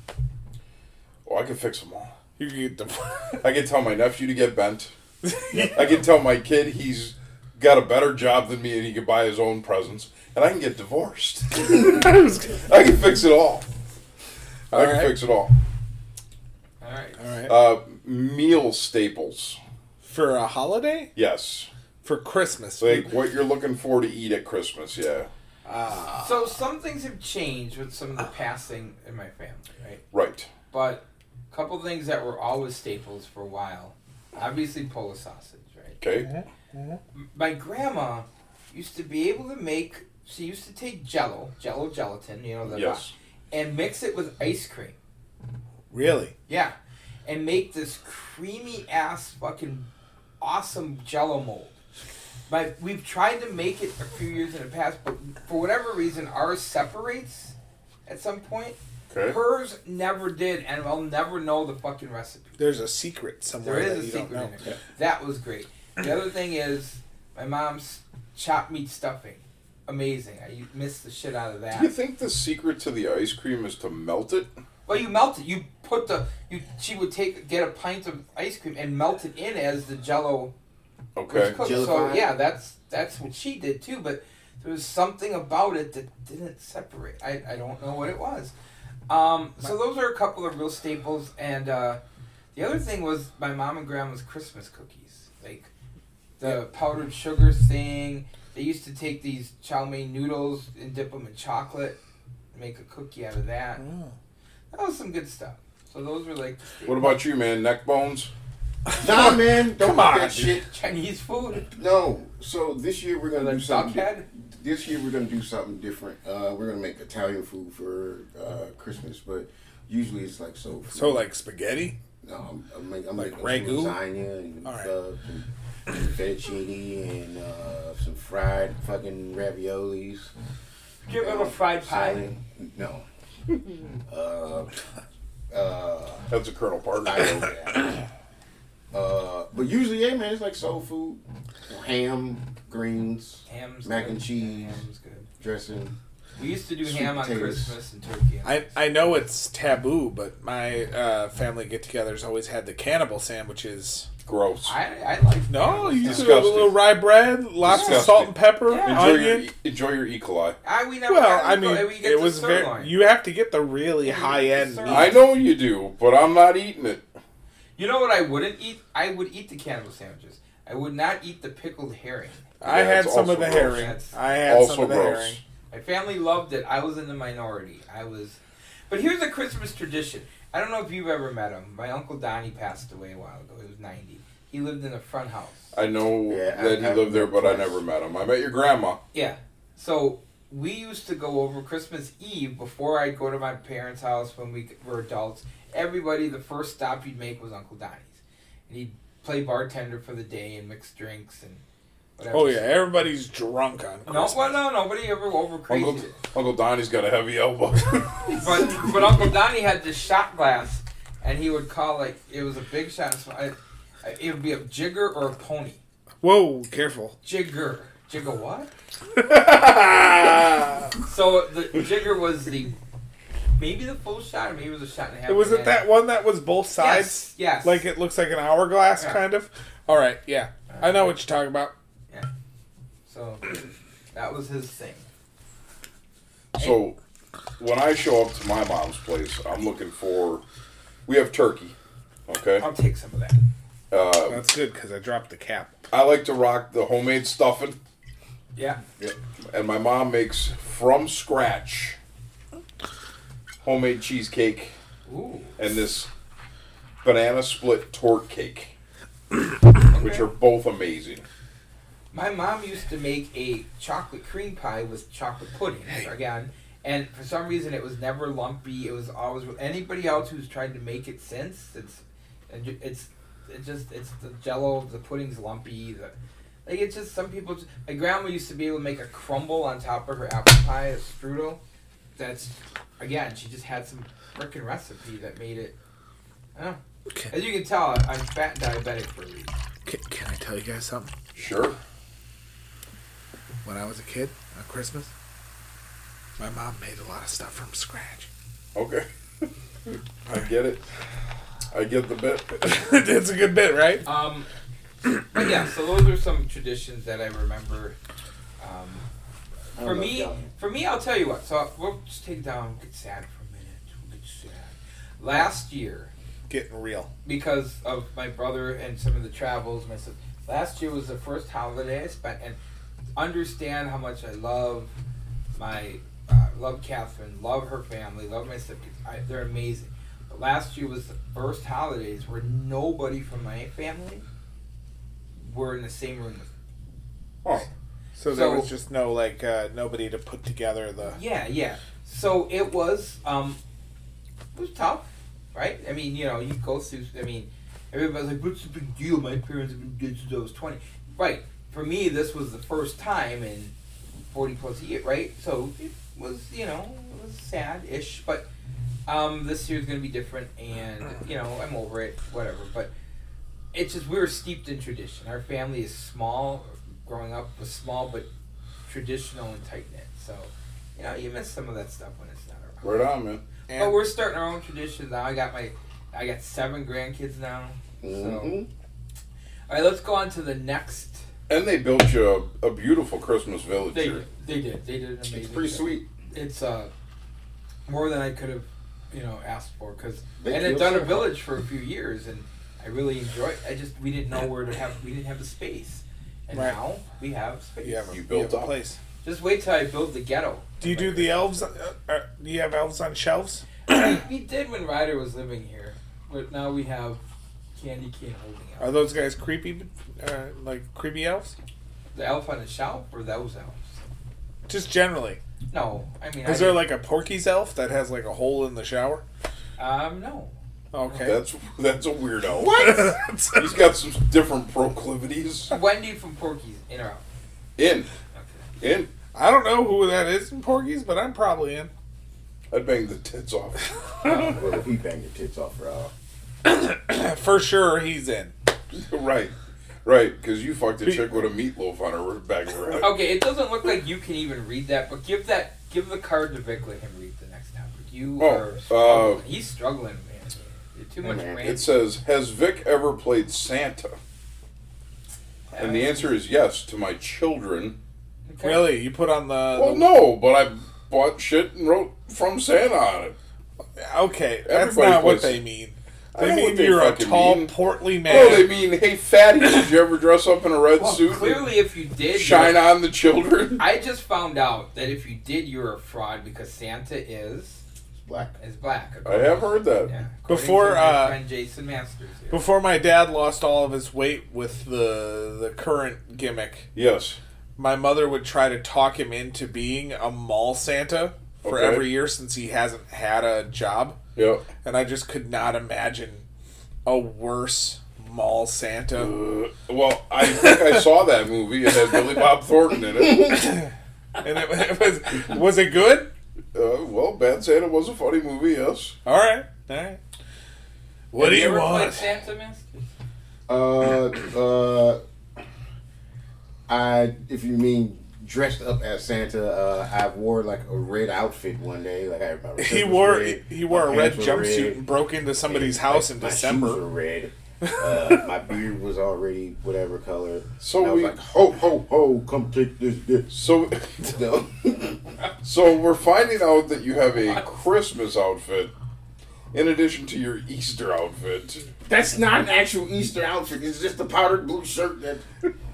Speaker 5: Oh, I can fix them all.
Speaker 3: You can get the.
Speaker 5: I can tell my nephew to get bent. I can tell my kid he's got a better job than me and he can buy his own presents. And I can get divorced. I can fix it all. I can
Speaker 3: Alright.
Speaker 5: fix it all.
Speaker 1: All right.
Speaker 3: All right.
Speaker 5: Uh, meal staples.
Speaker 3: For a holiday?
Speaker 5: Yes.
Speaker 3: For Christmas.
Speaker 5: Like what you're looking for to eat at Christmas, yeah.
Speaker 1: So some things have changed with some of the passing in my family, right?
Speaker 5: Right.
Speaker 1: But a couple things that were always staples for a while. Obviously, Polish sausage, right?
Speaker 5: Okay.
Speaker 1: my grandma used to be able to make she used to take jello jello gelatin you know the
Speaker 5: Yes.
Speaker 1: and mix it with ice cream
Speaker 3: Really?
Speaker 1: yeah and make this creamy ass fucking awesome jello mold my, we've tried to make it a few years in the past but for whatever reason ours separates at some point.
Speaker 5: Okay.
Speaker 1: Hers never did, and I'll never know the fucking recipe.
Speaker 6: There's a secret
Speaker 1: There
Speaker 6: somewhere
Speaker 1: is
Speaker 6: that
Speaker 1: a
Speaker 6: you
Speaker 1: secret
Speaker 6: don't know.
Speaker 1: in there. That was great. The other thing is my mom's chopped meat stuffing. Amazing. I you missed the shit out of
Speaker 5: Do you
Speaker 1: that.
Speaker 5: think the secret to the ice cream is to melt it?
Speaker 1: Well, you melt it. You put the you. She would take get a pint of ice cream and melt it in as the Jello was
Speaker 5: Okay.
Speaker 1: cooked. So
Speaker 2: Jellified.
Speaker 1: yeah, that's that's what she did too. But there was something about it that didn't separate. I, I don't know what it was. Um, so those are a couple of real staples. And uh, the other thing was my mom and grandma's Christmas cookies, like the powdered sugar thing. They used to take these chow mein noodles and dip them in chocolate, and make a cookie out of that. That was some good stuff. So those were like the
Speaker 5: What about you, man? Neck bones?
Speaker 2: Nah, man, don't
Speaker 5: Come
Speaker 2: put
Speaker 5: on,
Speaker 2: that shit.
Speaker 1: Chinese food.
Speaker 2: No. So this year we're gonna do something.
Speaker 1: Duckhead?
Speaker 2: This year we're gonna do something different. Uh, we're gonna make Italian food for uh, Christmas, but usually it's like soul food.
Speaker 6: So like spaghetti.
Speaker 2: no, I'm, I'm, make, I'm
Speaker 6: like
Speaker 2: making
Speaker 6: ragu?
Speaker 2: some lasagna and
Speaker 6: All right.
Speaker 2: stuff and, and fettuccine and uh, some fried fucking raviolis. Um,
Speaker 1: Give them a fried pie.
Speaker 2: Salad. No. uh, uh,
Speaker 5: That's a Colonel Parker.
Speaker 2: I know that. Uh, but usually, yeah, man, it's like soul food, ham, greens,
Speaker 1: Ham's
Speaker 2: mac
Speaker 1: good.
Speaker 2: and cheese,
Speaker 1: Ham's good.
Speaker 2: dressing.
Speaker 1: We used to do
Speaker 2: Sweet
Speaker 1: ham on
Speaker 2: potatoes.
Speaker 1: Christmas and turkey. on-
Speaker 6: I, I know it's taboo, but my uh, family get-togethers always had the cannibal sandwiches.
Speaker 5: Gross.
Speaker 1: I, I like
Speaker 6: No, you just a
Speaker 5: Disgusting.
Speaker 6: little rye bread, lots of salt
Speaker 5: Disgusting.
Speaker 6: and pepper,
Speaker 1: Yeah.
Speaker 5: Enjoy your,
Speaker 6: onion.
Speaker 5: enjoy your E. coli.
Speaker 1: I we never.
Speaker 6: Well,
Speaker 1: got
Speaker 6: I
Speaker 1: to
Speaker 6: mean,
Speaker 1: go- we get
Speaker 6: it
Speaker 1: to
Speaker 6: was very.
Speaker 1: sirloin.
Speaker 6: You have to get the really
Speaker 1: get
Speaker 6: high
Speaker 1: the
Speaker 6: end
Speaker 1: sirloin.
Speaker 6: meat.
Speaker 5: I know you do, but I'm not eating it.
Speaker 1: You know what I wouldn't eat? I would eat the cannibal sandwiches. I would not eat the pickled herring.
Speaker 6: I
Speaker 5: Yeah,
Speaker 6: had
Speaker 5: it's
Speaker 6: some of
Speaker 5: also
Speaker 6: the
Speaker 5: gross.
Speaker 6: herring.
Speaker 1: That's
Speaker 6: I had some
Speaker 5: also
Speaker 6: of the
Speaker 5: gross.
Speaker 6: herring.
Speaker 1: My family loved it. I was in the minority. I was. But here's a Christmas tradition. I don't know if you've ever met him. My uncle Donnie passed away a while ago. He was 90. He lived in the front house.
Speaker 5: I know
Speaker 2: Yeah, I-
Speaker 5: that he
Speaker 2: I-
Speaker 5: lived there, but I never met him. I met your grandma.
Speaker 1: Yeah. So we used to go over Christmas Eve before I'd go to my parents' house when we were adults. Everybody, the first stop you'd make was Uncle Donnie's. And he'd play bartender for the day and mix drinks and whatever.
Speaker 6: Oh yeah, everybody's drunk on
Speaker 1: No,
Speaker 6: Christmas.
Speaker 1: well, no, nobody ever over crazy.
Speaker 5: Uncle, Uncle Donnie's got a heavy elbow.
Speaker 1: But but Uncle Donnie had this shot glass, and he would call like it was a big shot. So I, I- it would be a jigger or a pony.
Speaker 6: Whoa, careful.
Speaker 1: Jigger, jigger what?
Speaker 6: Ah.
Speaker 1: so the jigger was the maybe the full shot, or maybe it was a shot and a half.
Speaker 6: It was it
Speaker 1: and
Speaker 6: that one that was both
Speaker 1: Yes,
Speaker 6: sides.
Speaker 1: yes.
Speaker 6: Like it looks like an hourglass,
Speaker 1: Yeah. Uh,
Speaker 6: kind of. All right, yeah. I know what you're talking about.
Speaker 1: So that was his thing.
Speaker 5: so when I show up to my mom's place, I'm looking for. We have turkey. Okay.
Speaker 6: Um,
Speaker 1: I'll take some of that.
Speaker 5: Uh,
Speaker 6: That's good because I dropped the cap.
Speaker 5: I like to rock the homemade stuffing,
Speaker 1: Yeah.
Speaker 5: and my mom makes from scratch homemade cheesecake
Speaker 1: Ooh.
Speaker 5: and this banana split torte cake, which are both amazing.
Speaker 1: My mom used to make a chocolate cream pie with chocolate pudding again, and for some reason it was never lumpy. It was always anybody else who's tried to make it since it's it's it just it's the jello, the pudding's lumpy. The, like it's just some people. Just, my grandma used to be able to make a crumble on top of her apple pie, a strudel. That's again, she just had some freaking recipe that made it. I don't know.
Speaker 6: Okay.
Speaker 1: As you can tell, I- I'm fat and diabetic for a reason.
Speaker 6: Can, can I tell you guys something?
Speaker 5: Sure.
Speaker 6: When I was a kid on Christmas, my mom made a lot of stuff from scratch.
Speaker 5: Okay. I get it. I get the bit.
Speaker 6: That's a good bit, right?
Speaker 1: Um, but yeah, so those are some traditions that I remember. Um,
Speaker 2: I
Speaker 1: for
Speaker 2: love
Speaker 1: me,
Speaker 2: y'all.
Speaker 1: for me, I'll tell you what. So we'll just take it down, get sad for a minute. We'll get sad. Last year,
Speaker 6: Getting real.
Speaker 1: because of my brother and some of the travels, my sis- last year was the first holiday I spent, and understand how much I love my uh, love Catherine, love her family, love my stepkids. I, they're amazing. But last year was the first holidays where nobody from my family were in the same room. with
Speaker 5: Huh.
Speaker 6: So, there
Speaker 1: So-
Speaker 6: was just no like uh, nobody to put together the.
Speaker 1: Yeah, yeah. So it was um it was tough, right? I mean, you know, you go through I mean, everybody's like, What's the big deal? My parents have been dead since I was twenty. Right. For me this was the first time in forty plus years, right? So it was, you know, was sad-ish, but um, this year's gonna be different, and you know I'm over it, whatever. But it's just we were steeped in tradition. Our family is small. Growing up was small, but traditional and tight knit. So you know you miss some of that stuff when it's not around.
Speaker 5: Right on, man.
Speaker 3: Oh,
Speaker 1: But we're starting our own tradition now. I got my, I got seven grandkids now.
Speaker 2: Mm-hmm.
Speaker 1: So,
Speaker 5: Mhm.
Speaker 1: all right, let's go on to the next.
Speaker 5: And they built you a, a beautiful Christmas village
Speaker 1: They
Speaker 5: here.
Speaker 1: they did they did an amazing.
Speaker 5: It's pretty
Speaker 1: job.
Speaker 5: sweet.
Speaker 1: It's uh, more than I could have, you know, asked for because I
Speaker 2: They
Speaker 1: had
Speaker 2: killed
Speaker 1: done a
Speaker 2: some.
Speaker 1: village for a few years and I really enjoyed. I just we didn't know where to have we didn't have the space, and
Speaker 3: Right.
Speaker 1: now we have space.
Speaker 3: You have a,
Speaker 5: You
Speaker 3: you
Speaker 5: built
Speaker 3: have a
Speaker 5: up.
Speaker 3: place.
Speaker 1: Just wait till I build the ghetto.
Speaker 3: Do you do the elves? Uh, uh, do you have elves on shelves?
Speaker 1: We did when Ryder was living here, but now we have Candy Cane holding out.
Speaker 3: Are those guys creepy? Uh, like creepy elves?
Speaker 1: The elf on the shelf or those elves?
Speaker 3: Just generally.
Speaker 1: No, I mean,
Speaker 3: Is
Speaker 1: I,
Speaker 3: there like a Porky's elf that has like a hole in the shower?
Speaker 1: um, no.
Speaker 3: Okay.
Speaker 5: That's that's a weirdo.
Speaker 3: what?
Speaker 5: He's got some different proclivities.
Speaker 1: Wendy from Porky's in or out.
Speaker 5: In,
Speaker 1: Okay.
Speaker 5: in.
Speaker 3: I don't know who that is in Porky's, but I'm probably in.
Speaker 5: I'd bang the tits off.
Speaker 2: Well, if he banged your tits off for uh, hour.
Speaker 3: For sure, he's in.
Speaker 5: right, right. Because you fucked a chick with a meatloaf on her back of her head.
Speaker 1: Okay, it doesn't look like you can even read that, but give that give the card to Vic. Let him read the next topic. You
Speaker 5: Oh,
Speaker 1: are struggling.
Speaker 5: uh,
Speaker 1: he's struggling, man. You're too much
Speaker 2: man,
Speaker 1: rant.
Speaker 5: It says, "Has Vic ever played Santa?" And the answer is yes to my children.
Speaker 1: Okay.
Speaker 3: Really? You put on the.
Speaker 5: Well, no, but I bought shit and wrote from Santa on it.
Speaker 3: Okay, that's
Speaker 5: Everybody
Speaker 3: not what
Speaker 5: plays-
Speaker 3: they mean.
Speaker 5: I
Speaker 3: They
Speaker 5: know
Speaker 3: mean
Speaker 5: what they
Speaker 3: you're a
Speaker 5: fucking
Speaker 3: tall,
Speaker 5: mean.
Speaker 3: portly man.
Speaker 5: Oh, they mean, hey, fatty, did you ever dress up in a red
Speaker 1: Well,
Speaker 5: suit? and
Speaker 1: clearly, if you did,
Speaker 5: Shine
Speaker 1: you're-
Speaker 5: on the children.
Speaker 1: I just found out that if you did, you're a fraud because Santa is
Speaker 2: It's black.
Speaker 1: is black.
Speaker 5: I have heard that.
Speaker 1: Yeah, according
Speaker 3: Before,
Speaker 1: to my
Speaker 3: uh,
Speaker 1: friend Jason Masters. Here.
Speaker 3: Before my dad lost all of his weight with the the current gimmick,
Speaker 5: Yes.
Speaker 3: my mother would try to talk him into being a mall Santa for
Speaker 5: Okay.
Speaker 3: every year since he hasn't had a job,
Speaker 5: Yeah.
Speaker 3: and I just could not imagine a worse mall Santa.
Speaker 5: Uh, well, I think I saw that movie. It had Billy Bob Thornton in it.
Speaker 3: and it, it was was it good?
Speaker 5: Uh, well, Bad Santa was a funny movie, yes.
Speaker 3: All right, all right. What
Speaker 1: Have
Speaker 3: do
Speaker 1: you
Speaker 3: you
Speaker 1: ever played
Speaker 3: want?
Speaker 1: Santa Masters?
Speaker 2: Uh, uh, I if you mean dressed up as Santa, uh, I wore like a red outfit one day. Like I remember
Speaker 3: He wore he wore a red jumpsuut and broke into somebody's house in
Speaker 2: my Shoes were
Speaker 3: December.
Speaker 2: red. Uh, my beard was already whatever color.
Speaker 5: So
Speaker 2: And I was
Speaker 5: we-
Speaker 2: like, ho ho ho, come take this this.
Speaker 5: So,
Speaker 2: No.
Speaker 5: so we're finding out that you have a Christmas outfit in addition to your Easter outfit.
Speaker 2: That's not an actual Easter outfit. It's just a powdered blue shirt that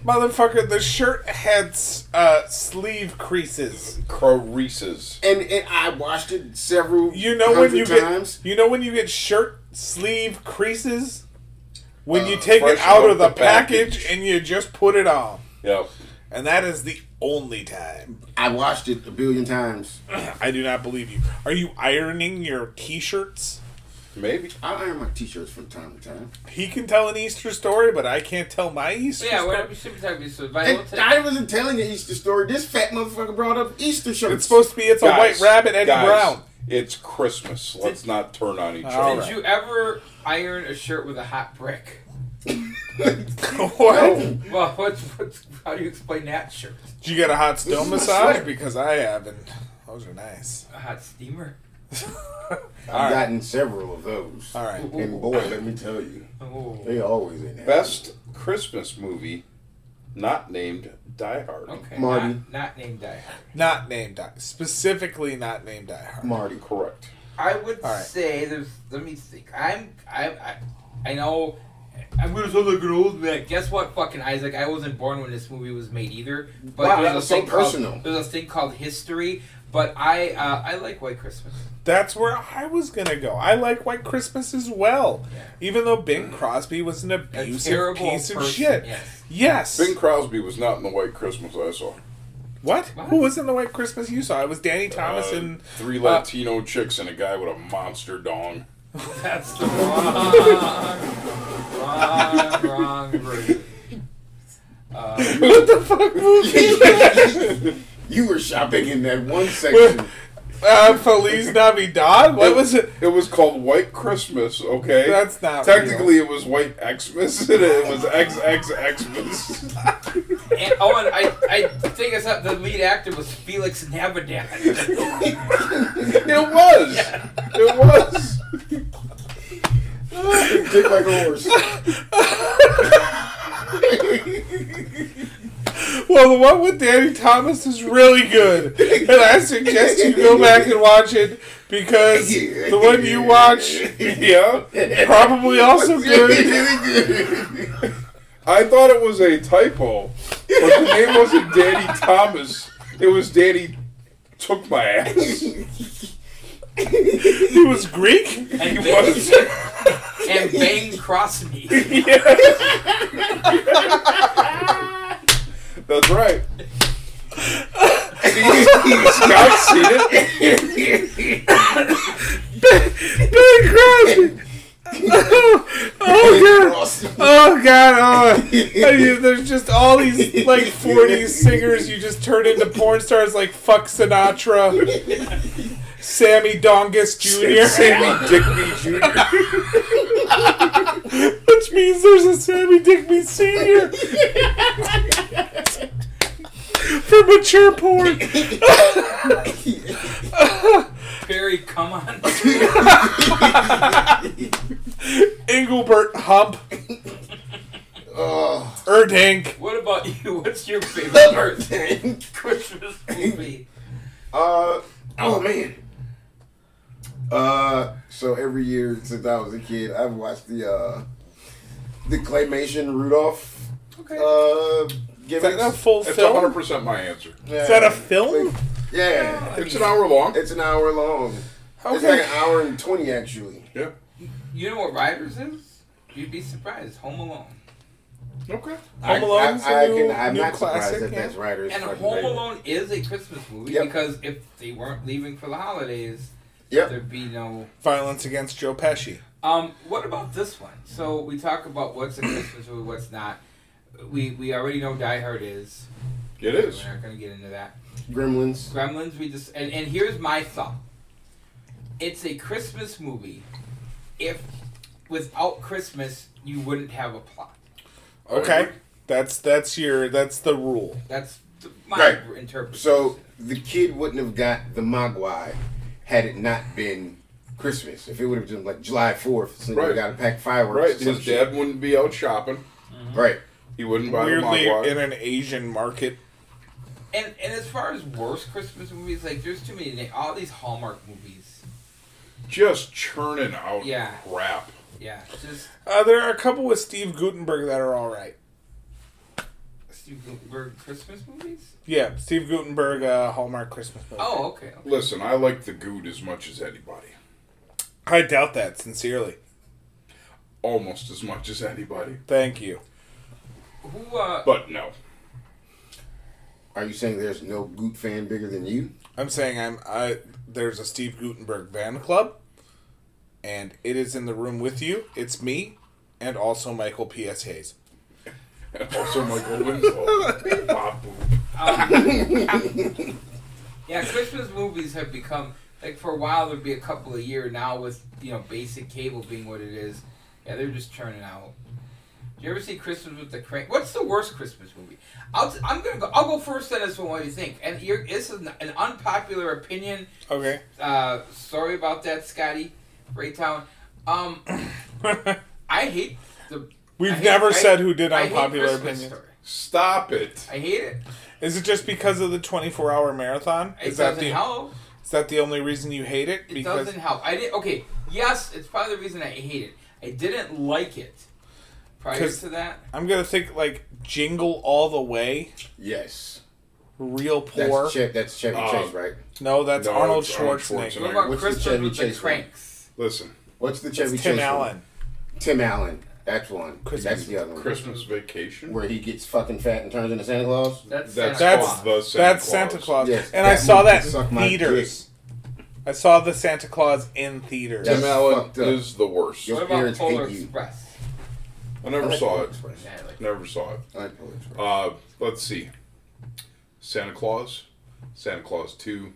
Speaker 3: Motherfucker, the shirt had s- uh, sleeve creases.
Speaker 5: Creases.
Speaker 2: and, and I washed it several
Speaker 3: You know when you
Speaker 2: hundred times.
Speaker 3: get you know when you get shirt sleeve creases when you
Speaker 5: Uh,
Speaker 3: take
Speaker 5: fresh
Speaker 3: it out of the,
Speaker 5: off the
Speaker 3: package,
Speaker 5: package.
Speaker 3: and you just put it on,
Speaker 5: Yeah.
Speaker 3: and that is the only time.
Speaker 2: I washed it a billion times.
Speaker 3: I do not believe you. Are you ironing your t-shirts?
Speaker 5: Maybe.
Speaker 2: I iron my t-shirts from time to time.
Speaker 3: He can tell an Easter story, but I can't tell my Easter.
Speaker 1: Yeah,
Speaker 3: story.
Speaker 1: well, we should be talking about survival
Speaker 2: And
Speaker 1: tech.
Speaker 2: I wasn't telling the Easter story. This fat motherfucker brought up Easter shirts.
Speaker 3: it's supposed to be. It's a white
Speaker 5: Guys,
Speaker 3: rabbit, Eddie
Speaker 5: guys,
Speaker 3: Brown. Oh.
Speaker 5: It's Christmas. Let's not turn on each
Speaker 3: All
Speaker 1: Did
Speaker 5: other.
Speaker 3: right.
Speaker 1: you ever iron a shirt with a hot brick?
Speaker 3: what?
Speaker 1: Well, what's, what's how do you explain that shirt?
Speaker 3: Did you get a hot stone
Speaker 2: This is my
Speaker 3: massage?
Speaker 2: sweater.
Speaker 3: Because I haven't. Those are nice.
Speaker 1: A hot steamer.
Speaker 2: I've gotten several of those.
Speaker 3: All right.
Speaker 2: And boy, let me tell you,
Speaker 1: Oh,
Speaker 2: they always in there.
Speaker 5: Best Christmas movie not named Die Hard.
Speaker 1: okay.
Speaker 2: Marty.
Speaker 1: Not, not named Die Hard.
Speaker 3: Not named Die. Specifically, not named Die Hard.
Speaker 2: Marty.
Speaker 5: Correct.
Speaker 1: I would
Speaker 3: All right.
Speaker 1: say there's. Let me think. I'm. I. I, I know. I'm gonna sound like an old man. Guess what, fucking Isaac? I wasn't born when this movie was made either. But
Speaker 2: Wow,
Speaker 1: there's
Speaker 2: that was
Speaker 1: a
Speaker 2: so
Speaker 1: thing called-
Speaker 2: personal.
Speaker 1: there's a thing called history. But I. Uh, I like White Christmas.
Speaker 3: That's where I was gonna go. I like White Christmas as well, even though Bing Crosby was an abusive
Speaker 1: terrible
Speaker 3: piece of
Speaker 1: person,
Speaker 3: shit.
Speaker 1: yes.
Speaker 3: Yes.
Speaker 5: Bing Crosby was not in the White Christmas I saw.
Speaker 3: what?
Speaker 1: What?
Speaker 3: Who was in the White Christmas you saw? It was Danny Thomas
Speaker 5: Uh,
Speaker 3: and
Speaker 5: three Latino chicks and a guy with a monster dong.
Speaker 1: That's the wrong. wrong. Wrong. Uh, version.
Speaker 2: What the fuck movie? you were shopping in that one section.
Speaker 3: Uh, Feliz Navidad? What was it?
Speaker 5: It was called White Christmas, okay?
Speaker 3: That's not
Speaker 5: Technically, it was White Xmas, and it was XXXmas.
Speaker 1: And, oh, and I, I think I saw the lead actor was Felix Navidad.
Speaker 5: it was! It was!
Speaker 2: Dick like a horse.
Speaker 3: Well, the one with Danny Thomas is really good, and I suggest you go back and watch it because the one you watch, yeah, probably also good.
Speaker 5: I thought it was a typo, but the name wasn't Danny Thomas. It was Danny Took My Ass.
Speaker 3: He was Greek.
Speaker 1: and Bang,
Speaker 5: was.
Speaker 1: and Bang Crosby.
Speaker 5: That's right. Scott's seen it.
Speaker 3: Bing Crosby. Oh, oh god! Oh god! Oh, I mean, there's just all these like '40s singers you just turn into porn stars, like fuck Sinatra, Sammy Dongus Jr.
Speaker 5: Sammy Digby Jr.
Speaker 3: Which means there's a Sammy Digby Senior for mature porn.
Speaker 1: Barry, come on.
Speaker 3: Engelbert Hump. Er Erdink.
Speaker 1: What about you? What's your favorite birthday Christmas movie?
Speaker 2: Uh, oh man. Uh, so every year since I was a kid, I've watched the uh, the claymation Rudolph.
Speaker 3: Okay.
Speaker 2: Uh, give
Speaker 3: that a full
Speaker 5: That's
Speaker 3: film?
Speaker 5: 100% my answer.
Speaker 3: Is that a film?
Speaker 2: Yeah,
Speaker 5: It's an hour long.
Speaker 2: it's an hour long. It's like
Speaker 3: Okay.
Speaker 2: an hour and twenty actually.
Speaker 5: Yeah.
Speaker 1: You know what Riders is? You'd be surprised. Home Alone.
Speaker 5: Okay.
Speaker 3: Home Alone's
Speaker 2: I, I,
Speaker 3: a new,
Speaker 2: can, I'm
Speaker 3: new
Speaker 2: not
Speaker 3: classic.
Speaker 2: surprised that
Speaker 3: yeah.
Speaker 2: that's writers.
Speaker 1: And
Speaker 2: fucking
Speaker 1: Home
Speaker 2: writer.
Speaker 1: Alone is a Christmas movie
Speaker 2: Yep.
Speaker 1: because if they weren't leaving for the holidays,
Speaker 2: Yep.
Speaker 1: there'd be no.
Speaker 3: Violence Against Joe Pesci.
Speaker 1: Um, what about this one? So we talk about what's a Christmas movie, what's not. We we already know Die Hard is.
Speaker 5: It
Speaker 1: We're
Speaker 5: is.
Speaker 1: not going to get into that.
Speaker 2: Gremlins.
Speaker 1: Gremlins. We just and, and here's my thought. It's a Christmas movie. If without Christmas, you wouldn't have a plot.
Speaker 3: Okay, that's that's your that's the rule.
Speaker 1: That's the, my
Speaker 2: Right.
Speaker 1: interpretation.
Speaker 2: So the kid wouldn't have got the Mogwai had it not been Christmas. If it would have been like July Fourth, so
Speaker 5: Right.
Speaker 2: you got to pack fireworks.
Speaker 5: Right.
Speaker 2: or some
Speaker 5: His
Speaker 2: shit.
Speaker 5: dad wouldn't be out shopping.
Speaker 3: Mm-hmm.
Speaker 2: Right.
Speaker 5: He wouldn't buy the
Speaker 3: Weirdly,
Speaker 5: Mogwai.
Speaker 3: in an Asian market,
Speaker 1: and and as far as worst Christmas movies, like there's too many. All these Hallmark movies.
Speaker 5: Just churning out
Speaker 1: Yeah.
Speaker 5: crap.
Speaker 1: Yeah, just
Speaker 3: uh, there are a couple with Steve Gutenberg that are all right.
Speaker 1: Steve Gutenberg Christmas movies.
Speaker 3: Yeah, Steve Gutenberg, uh, Hallmark Christmas movie.
Speaker 1: Oh, okay. okay.
Speaker 5: Listen, I like the good as much as anybody.
Speaker 3: I doubt that sincerely.
Speaker 5: Almost as much as anybody.
Speaker 3: Thank you.
Speaker 1: Who? Uh,
Speaker 5: But no.
Speaker 2: Are you saying there's no Goot fan bigger than you?
Speaker 3: I'm saying I'm I there's a Steve Gutenberg fan club and it is in the room with you. It's me and also Michael PS Hayes.
Speaker 5: And also Michael Winslow. Bob Boop.
Speaker 1: yeah, Christmas movies have become like for a while there'd be a couple a year. Now with you know basic cable being what it is, yeah, they're just churning out. Did you ever see Christmas with the Crank? What's the worst Christmas movie? I'll t- I'm gonna go. I'll go first on this one. What do you think? And you're, this is an unpopular opinion.
Speaker 3: Okay.
Speaker 1: Uh, sorry about that, Scotty. Raytown. Um, I hate the.
Speaker 3: We've
Speaker 1: I hate-
Speaker 3: never
Speaker 1: I-
Speaker 3: said who did
Speaker 1: I hate
Speaker 3: unpopular
Speaker 1: Christmas
Speaker 3: opinions.
Speaker 1: Story.
Speaker 5: Stop it.
Speaker 1: I hate it.
Speaker 3: Is it just because of the 24-hour marathon?
Speaker 1: It
Speaker 3: Is that
Speaker 1: doesn't
Speaker 3: the
Speaker 1: help.
Speaker 3: Is that the only reason you hate it?
Speaker 1: It doesn't help. I didn't. Okay. Yes, it's probably the reason I hate it. I didn't like it prior
Speaker 3: 'Cause-
Speaker 1: to that.
Speaker 3: I'm going to think like Jingle All the Way,
Speaker 2: Yes.
Speaker 3: Real
Speaker 2: That's
Speaker 3: Poor. Um,
Speaker 2: Che- that's Chevy
Speaker 5: Uh,
Speaker 2: Chase, right?
Speaker 3: no, that's
Speaker 5: No,
Speaker 3: Arnold
Speaker 5: it's Arnold
Speaker 3: Schwarzenegger.
Speaker 5: Schwarzenegger.
Speaker 1: What about
Speaker 2: what's the
Speaker 1: Christmas
Speaker 2: Chevy
Speaker 1: with the
Speaker 2: Chase one?
Speaker 1: Cranks?
Speaker 5: Listen,
Speaker 2: What's the Chevy
Speaker 3: Tim
Speaker 2: Chase
Speaker 3: Allen.
Speaker 2: One? Tim Allen. That's one.
Speaker 3: Christmas.
Speaker 2: That's the other one.
Speaker 5: Christmas vacation.
Speaker 2: Where he gets fucking fat and turns into Santa Claus.
Speaker 1: That's
Speaker 5: That's,
Speaker 1: Santa
Speaker 3: That's-
Speaker 1: Claus.
Speaker 5: called the Santa
Speaker 3: That's
Speaker 5: Claus.
Speaker 3: Santa Claus.
Speaker 2: Yes,
Speaker 3: and
Speaker 2: that
Speaker 3: I saw
Speaker 2: movie
Speaker 3: that
Speaker 2: sucked
Speaker 3: in
Speaker 2: my
Speaker 3: theaters. I saw the Santa Claus in theaters.
Speaker 5: Tim
Speaker 2: That's
Speaker 5: Allen
Speaker 2: fucked up.
Speaker 5: is the worst.
Speaker 2: Your
Speaker 1: What about
Speaker 2: parents
Speaker 1: Polar
Speaker 2: hate you.
Speaker 1: Express?
Speaker 5: I never saw it.
Speaker 1: Yeah, I like it.
Speaker 5: Never saw it.
Speaker 2: I like Polar Express.
Speaker 5: Uh, let's see. Santa Claus, Santa Claus 2,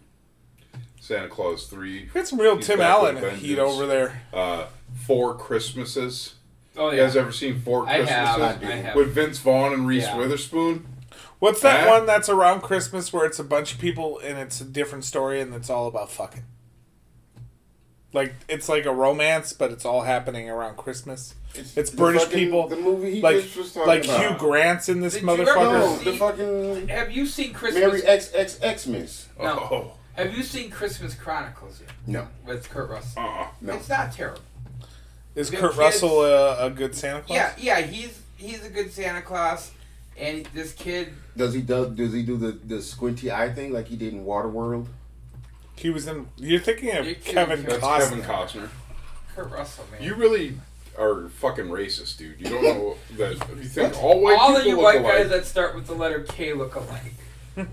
Speaker 5: Santa Claus Three.
Speaker 3: Got some real
Speaker 5: He's
Speaker 3: Tim
Speaker 5: back
Speaker 3: Allen
Speaker 5: with vengeance.
Speaker 3: heat over there.
Speaker 5: Uh, Four Christmases.
Speaker 1: Oh
Speaker 5: You
Speaker 1: yeah.
Speaker 5: guys ever seen Four
Speaker 1: I
Speaker 5: Christmases
Speaker 1: have, I have.
Speaker 5: with Vince Vaughn and Reese
Speaker 1: Yeah.
Speaker 5: Witherspoon?
Speaker 3: What's that
Speaker 5: Huh?
Speaker 3: one that's around Christmas where it's a bunch of people and it's a different story and it's all about fucking? Like it's like a romance, but it's all happening around Christmas. It's
Speaker 2: the
Speaker 3: British
Speaker 2: fucking-
Speaker 3: people,
Speaker 2: The movie he
Speaker 3: Like
Speaker 2: just was talking
Speaker 3: like
Speaker 2: about.
Speaker 3: Hugh Grant's in this
Speaker 1: Did you ever-
Speaker 2: No,
Speaker 3: motherfucker.
Speaker 2: the fucking
Speaker 1: Have you seen Christmas?
Speaker 2: Mary XXXmas.
Speaker 1: No.
Speaker 5: Oh,
Speaker 1: Have you seen Christmas Chronicles yet
Speaker 2: No,
Speaker 1: with Kurt Russell?
Speaker 5: uh-uh.
Speaker 2: no.
Speaker 1: It's not terrible.
Speaker 3: Is
Speaker 1: the
Speaker 3: Kurt
Speaker 1: kids-
Speaker 3: Russell a, a good Santa Claus?
Speaker 1: Yeah, yeah, he's he's a good Santa Claus, and this kid.
Speaker 2: Does he do? Does he do the, the squinty eye thing like he did in Waterworld?
Speaker 3: he was in. You're thinking of
Speaker 1: You're kidding.
Speaker 3: Kevin
Speaker 5: That's
Speaker 3: Costner.
Speaker 5: Kevin Costner.
Speaker 1: Kurt Russell, man.
Speaker 5: You really are fucking racist, dude. You don't know that. You think all white
Speaker 1: All of
Speaker 5: people
Speaker 1: you
Speaker 5: look
Speaker 1: white
Speaker 5: alike.
Speaker 1: guys that start with the letter K look alike.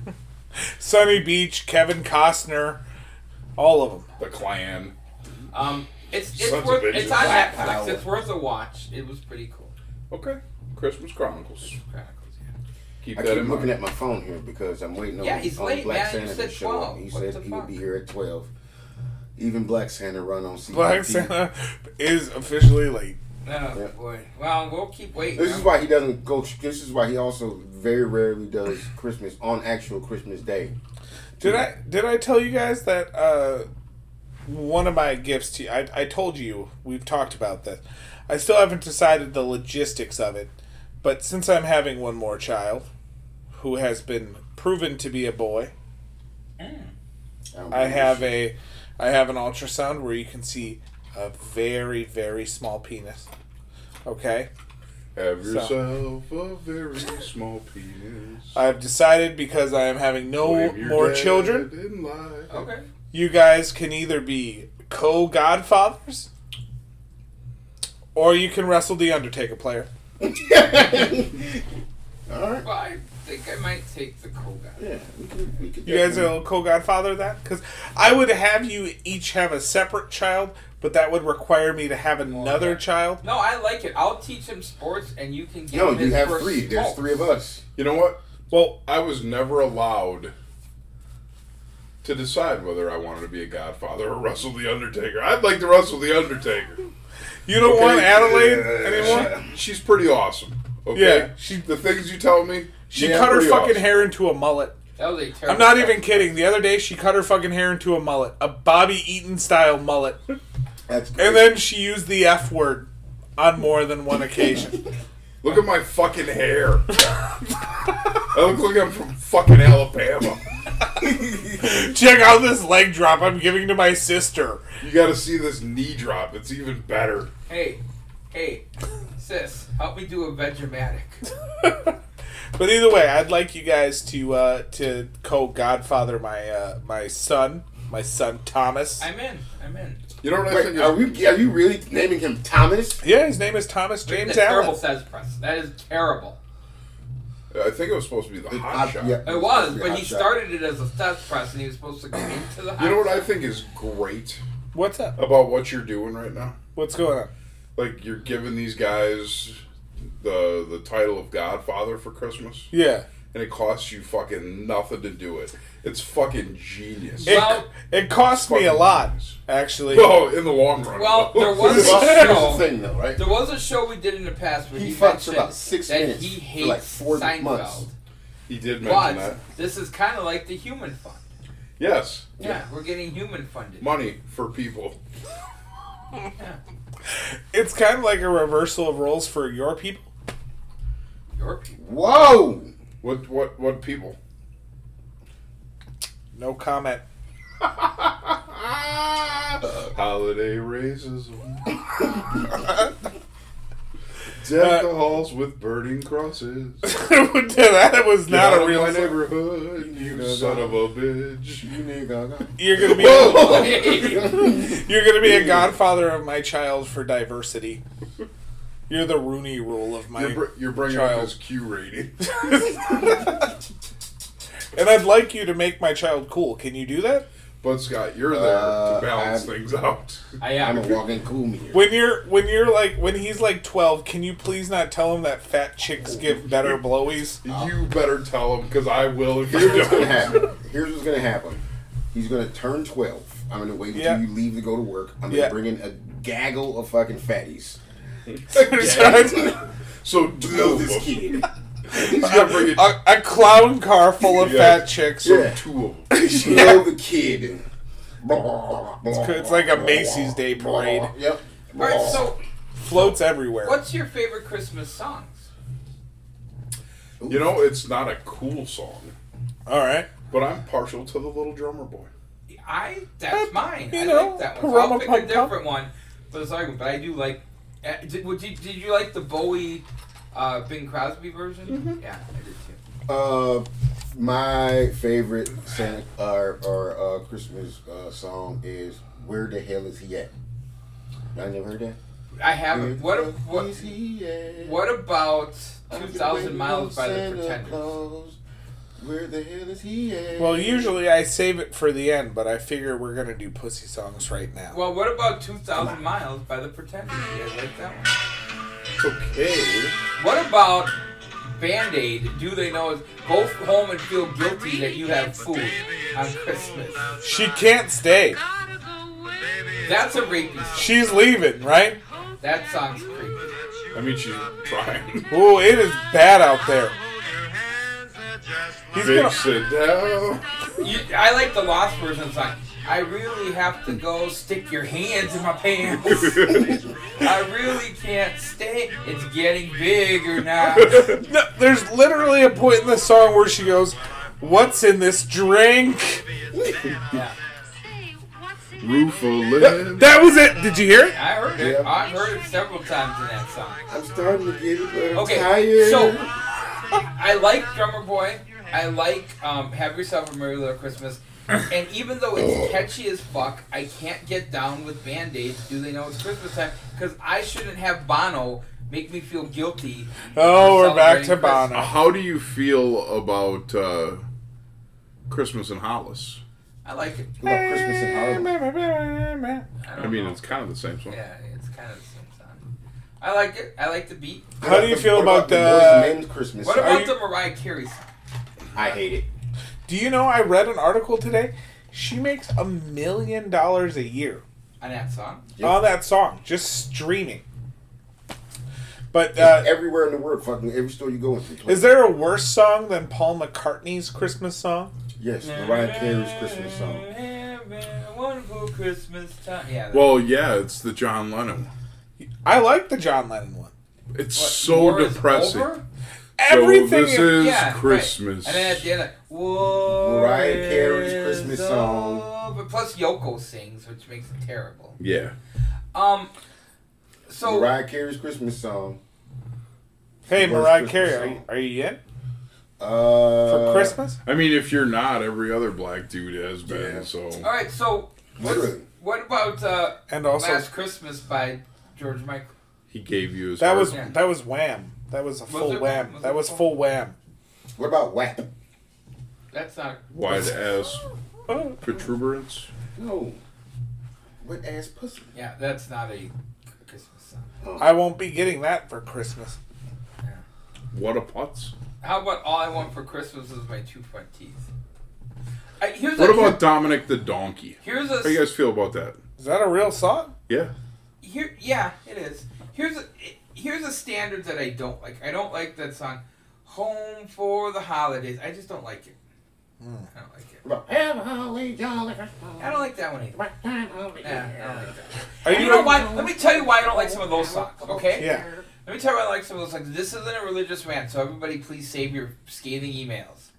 Speaker 3: Sunny Beach, Kevin Costner, all of them.
Speaker 5: the Klan.
Speaker 1: Um, it's it's
Speaker 5: Sons of
Speaker 1: worth
Speaker 5: bitches.
Speaker 1: it's on
Speaker 2: Black
Speaker 1: Netflix.
Speaker 2: power.
Speaker 1: It's worth a watch. It was pretty cool.
Speaker 5: Okay. Christmas Chronicles.
Speaker 1: Chronicles, yeah.
Speaker 5: Keep
Speaker 2: I
Speaker 5: that
Speaker 2: keep
Speaker 5: in
Speaker 2: looking
Speaker 5: mind.
Speaker 2: at my phone here because I'm waiting on,
Speaker 1: Yeah, he's
Speaker 2: on
Speaker 1: late,
Speaker 2: Black
Speaker 1: man. You
Speaker 2: Santa
Speaker 1: said
Speaker 2: to show up.
Speaker 1: 12.
Speaker 2: He
Speaker 1: What
Speaker 2: said
Speaker 1: the
Speaker 2: he
Speaker 1: fuck?
Speaker 2: would be here at twelve. Even Black Santa run on CBT.
Speaker 3: Black Santa is officially late.
Speaker 1: Oh
Speaker 2: Yeah.
Speaker 1: boy. Well, we'll keep waiting.
Speaker 2: This is why he doesn't go. This is why he also very rarely does Christmas on actual Christmas Day.
Speaker 3: Did I did I tell you guys that uh, one of my gifts to you? I, I told you we've talked about this. I still haven't decided the logistics of it, but since I'm having one more child, who has been proven to be a boy,
Speaker 2: don't
Speaker 3: I
Speaker 2: know.
Speaker 3: have a I have an ultrasound where you can see a very very small penis. Okay,
Speaker 5: Have
Speaker 3: So-
Speaker 5: yourself a very small penis.
Speaker 3: I've decided because I am having no
Speaker 5: Blame your
Speaker 3: more
Speaker 5: dad
Speaker 3: children.
Speaker 5: in life.
Speaker 1: Okay.
Speaker 3: you guys can either be co godfathers or you can wrestle the Undertaker player.
Speaker 2: All right.
Speaker 1: Well, I think I might take the cool guy.
Speaker 2: Yeah, we could, we could
Speaker 3: You guys
Speaker 2: definitely-
Speaker 3: are co godfather that? Because I would have you each have a separate child, but that would require me to
Speaker 5: Oh,
Speaker 3: have another
Speaker 1: yeah.
Speaker 3: child.
Speaker 1: No, I like it. I'll teach him sports, and you can get
Speaker 2: No,
Speaker 1: him
Speaker 2: you
Speaker 1: his
Speaker 2: have
Speaker 1: first
Speaker 2: three. There's
Speaker 1: smoke.
Speaker 2: three of us.
Speaker 5: You know what?
Speaker 3: Well,
Speaker 5: I was never allowed to decide whether I wanted to be a godfather or wrestle the Undertaker. I'd like to wrestle the Undertaker.
Speaker 3: you don't want
Speaker 5: Okay.
Speaker 3: Adelaide
Speaker 5: Yeah.
Speaker 3: anymore?
Speaker 5: She's pretty awesome. Okay.
Speaker 3: Yeah,
Speaker 5: She, the things you tell me.
Speaker 3: She
Speaker 5: yeah,
Speaker 3: cut her
Speaker 5: pretty
Speaker 3: fucking
Speaker 5: awesome.
Speaker 3: hair into a mullet.
Speaker 1: That was a terrible.
Speaker 3: I'm not
Speaker 1: shot.
Speaker 3: even kidding. The other day, she cut her fucking hair into a mullet, a Bobby Eaton style mullet.
Speaker 2: That's great.
Speaker 3: And then she used the F word on more than one occasion.
Speaker 5: Look at my fucking hair. I look like I'm from fucking Alabama.
Speaker 3: Check out this leg drop I'm giving to my sister.
Speaker 5: You got to see this knee drop. It's even better.
Speaker 1: Hey, hey, sis, help me do a Vegematic.
Speaker 3: But either way, I'd like you guys to uh, to co godfather my uh, my son, my son Thomas.
Speaker 1: I'm in. I'm in.
Speaker 5: You know what I think?
Speaker 2: Wait,
Speaker 5: is-
Speaker 2: are we? Are you really naming him Thomas?
Speaker 3: yeah, his name is Thomas James
Speaker 1: That's terrible
Speaker 3: Allen.
Speaker 1: says press. That is terrible.
Speaker 5: I think it was supposed to be the hot
Speaker 2: I-
Speaker 5: shot.
Speaker 2: uh, yeah.
Speaker 1: It was,
Speaker 2: Yeah,
Speaker 1: but he
Speaker 2: that-
Speaker 1: started it as a stats press, and he was supposed to go into the.
Speaker 5: You know what I
Speaker 1: house.
Speaker 5: think is great
Speaker 3: What's up?
Speaker 5: about what you're doing right now?
Speaker 3: What's going on?
Speaker 5: Like you're giving these guys the the title of Godfather for Christmas,
Speaker 3: Yeah,
Speaker 5: and it costs you fucking nothing to do it. It's fucking genius.
Speaker 3: it,
Speaker 1: Well-
Speaker 3: it cost me a lot actually.
Speaker 5: Oh, in the long run.
Speaker 1: Well, there
Speaker 2: Well,
Speaker 1: was a
Speaker 2: here's the
Speaker 1: show.
Speaker 2: thing, though, right?
Speaker 1: There was a show we did in the past where
Speaker 2: He
Speaker 1: he,
Speaker 2: fucks for
Speaker 1: mentioned
Speaker 2: about six
Speaker 1: that
Speaker 2: minutes
Speaker 1: he
Speaker 2: for
Speaker 1: hates
Speaker 2: like 40
Speaker 1: Seinfeld.
Speaker 2: months.
Speaker 5: he did mention
Speaker 1: But
Speaker 5: that.
Speaker 1: this is kind of like the Human Fund.
Speaker 5: Yes,
Speaker 1: Yeah, we're getting human funded.
Speaker 5: money for people.
Speaker 3: It's kind of like a reversal of roles for your people.
Speaker 1: Your people.
Speaker 2: Whoa!
Speaker 5: What what what people?
Speaker 3: No comment.
Speaker 5: Holiday racism. Deck the halls with burning crosses.
Speaker 3: that was not
Speaker 5: Out
Speaker 3: a
Speaker 5: of
Speaker 3: real.
Speaker 5: my neighborhood, you son of a bitch.
Speaker 2: You nigga.
Speaker 3: You're gonna be. You're gonna be a godfather of my child for diversity. You're the Rooney Rule of my,
Speaker 5: You're, br- you're bringing up
Speaker 3: child.
Speaker 5: his Q rating.
Speaker 3: and I'd like you to make my child cool. Can you do that?
Speaker 5: But Scott, you're there
Speaker 2: Uh,
Speaker 5: to balance
Speaker 2: I'm-
Speaker 5: things out.
Speaker 1: I
Speaker 2: I'm a
Speaker 1: am.
Speaker 2: walking cool meter.
Speaker 3: When you're when you're like when he's like twelve, can you please not tell him that fat chicks give better blowies?
Speaker 5: You better tell him because I will if you
Speaker 2: Here's what's Uh. gonna
Speaker 5: don't.
Speaker 2: happen. Here's what's gonna happen. He's gonna turn twelve. I'm gonna wait until
Speaker 3: Yeah.
Speaker 2: you leave to go to work. I'm gonna
Speaker 3: Yeah.
Speaker 2: bring in a gaggle of fucking fatties.
Speaker 5: So
Speaker 2: You know
Speaker 5: two of
Speaker 2: this
Speaker 5: them.
Speaker 2: kid.
Speaker 5: He's gonna bring it.
Speaker 3: a, a clown car full of
Speaker 5: Yeah.
Speaker 3: fat chicks.
Speaker 5: So
Speaker 2: Yeah.
Speaker 5: two of them.
Speaker 2: You know the kid. It's,
Speaker 3: It's like a Macy's Day parade.
Speaker 2: Yep.
Speaker 1: All right, so
Speaker 3: Floats everywhere.
Speaker 1: what's your favorite Christmas songs?
Speaker 5: You know, it's not a cool song,
Speaker 3: All right.
Speaker 5: but I'm partial to the Little Drummer Boy.
Speaker 1: I that's mine.
Speaker 3: you
Speaker 1: I
Speaker 3: know,
Speaker 1: like that one. So I'll
Speaker 3: Parama
Speaker 1: pick a
Speaker 3: Pum Pum.
Speaker 1: different one for the second. But I do like. Uh, did, well, did, did you like the Bowie, uh, Bing Crosby version? Yeah, I did too.
Speaker 2: Uh, my favorite Santa or, or uh, Christmas uh, song is "Where the Hell Is He At." Y'all never heard that?
Speaker 1: I
Speaker 2: Uh,
Speaker 1: haven't. What a-
Speaker 2: Where
Speaker 1: what
Speaker 2: is he at?
Speaker 1: what about
Speaker 2: Under
Speaker 1: Two
Speaker 2: the
Speaker 1: Thousand
Speaker 2: window,
Speaker 1: Miles by the
Speaker 2: Santa
Speaker 1: Pretenders?
Speaker 2: Claus. Where the hell is he at?
Speaker 3: Well, usually I save it for the end, but I figure we're gonna do pussy songs right now.
Speaker 1: Well, what about Two Thousand Miles by the Pretenders? Yeah, I like that one.
Speaker 5: It's okay.
Speaker 1: What about Band Aid? Do they know? Is, go home and feel guilty that you have food on Christmas.
Speaker 3: she can't stay.
Speaker 1: That's a rapey song.
Speaker 3: She's leaving, right?
Speaker 1: That song's creepy.
Speaker 5: I mean, she's trying.
Speaker 3: Ooh, it is bad out there. He's
Speaker 5: Big
Speaker 3: gonna,
Speaker 5: sit down.
Speaker 1: You, I like the Lost version song. I really have to go stick your hands in my pants. I really can't stay. It's getting bigger now.
Speaker 3: no, there's literally a point in the song where she goes, "What's in this drink?"
Speaker 1: Yeah,
Speaker 5: Roof of
Speaker 3: That was it. Did you hear it?
Speaker 1: I heard it.
Speaker 2: Yeah.
Speaker 1: I've heard it several times in that song.
Speaker 2: I'm starting to get a little
Speaker 1: Okay,
Speaker 2: tired.
Speaker 1: so I like Drummer Boy. I like um, Have Yourself a Merry Little Christmas. And even though it's catchy as fuck, I can't get down with Band Aids. Do they know it's Christmas time? Because I shouldn't have Bono make me feel guilty.
Speaker 3: Oh,
Speaker 1: for
Speaker 3: we're back to
Speaker 1: celebrating Christmas.
Speaker 3: Bono.
Speaker 5: Uh, How do you feel about uh, Christmas in Hollis?
Speaker 1: I like it.
Speaker 2: What about Christmas in Hollywood.
Speaker 1: I, don't
Speaker 5: I mean, uh,
Speaker 1: know.
Speaker 5: it's kind of the same song.
Speaker 1: yeah, it's kind of the same song. I like it. I like the beat.
Speaker 3: How do you feel about
Speaker 2: What the Boys
Speaker 3: the? uh,
Speaker 2: and Men's Christmas?
Speaker 1: What
Speaker 2: song?
Speaker 1: about
Speaker 3: you-
Speaker 1: the Mariah Carey song?
Speaker 2: I hate it.
Speaker 3: Do you know I read an article today? She makes a million dollars a year
Speaker 1: on that song?
Speaker 2: Yep.
Speaker 3: on that song, just streaming. But uh,
Speaker 2: Everywhere in the world, fucking every store you go into.
Speaker 3: is there a worse song than Paul McCartney's Christmas song?
Speaker 2: Yes, Mariah Carey's Christmas song.
Speaker 1: Having a wonderful Christmas time. Yeah. that-
Speaker 5: Well, yeah, it's the John Lennon. one.
Speaker 3: I like the John Lennon one.
Speaker 5: It's
Speaker 1: what,
Speaker 5: so
Speaker 1: War is
Speaker 5: depressing.
Speaker 1: Over?
Speaker 3: Everything.
Speaker 5: So this is
Speaker 1: Yeah, right.
Speaker 5: Christmas.
Speaker 1: And then at the end, like, War
Speaker 2: Mariah Carey's
Speaker 1: is
Speaker 2: Christmas song.
Speaker 1: over. Plus Yoko sings, which makes it terrible.
Speaker 5: yeah.
Speaker 1: Um. So
Speaker 2: Mariah Carey's Christmas song.
Speaker 3: hey,
Speaker 2: Worst
Speaker 3: Mariah
Speaker 2: Christmas
Speaker 3: Carey, are you,
Speaker 2: song.
Speaker 3: are you in
Speaker 2: Uh,
Speaker 3: for Christmas?
Speaker 5: I mean, if you're not, every other black dude has been.
Speaker 2: Yeah.
Speaker 5: So
Speaker 1: all right. So what's,
Speaker 2: Literally.
Speaker 1: what about uh,
Speaker 3: And also,
Speaker 1: Last Christmas by George Michael?
Speaker 5: he gave you his.
Speaker 3: that
Speaker 5: heart.
Speaker 3: was
Speaker 1: Yeah.
Speaker 3: that was Wham. That was a full
Speaker 1: it-
Speaker 3: Wham.
Speaker 1: was it
Speaker 3: that was
Speaker 1: full-
Speaker 3: full Wham.
Speaker 2: What about WAP?
Speaker 1: That's not
Speaker 5: wide ass
Speaker 1: Oh.
Speaker 5: protuberance.
Speaker 2: No. What ass pussy?
Speaker 1: Yeah, that's not a Christmas song.
Speaker 3: I won't be getting that for Christmas.
Speaker 5: What a putz.
Speaker 1: How about all I want for Christmas is my two front teeth? I, here's
Speaker 5: What
Speaker 1: a,
Speaker 5: about Dominic the Donkey?
Speaker 1: here's
Speaker 5: How you
Speaker 1: a
Speaker 5: guys feel about that?
Speaker 3: Is that a real song?
Speaker 5: Yeah.
Speaker 1: here? Yeah, it is. Here's a here's a standard that I don't like. I don't like that song, "Home for the Holidays." I just don't like it.
Speaker 3: Hmm.
Speaker 1: I don't like it.
Speaker 2: What about Have a Holly Jolly Christmas?
Speaker 1: I don't like that one either.
Speaker 2: What time of the
Speaker 1: Yeah,
Speaker 2: year?
Speaker 1: I don't like that.
Speaker 3: Are
Speaker 1: You know why? Let me tell you why I don't like some of those songs. Okay.
Speaker 3: Yeah.
Speaker 1: Let me tell you why I like some of those songs. This isn't a religious rant, so everybody, please save your scathing emails.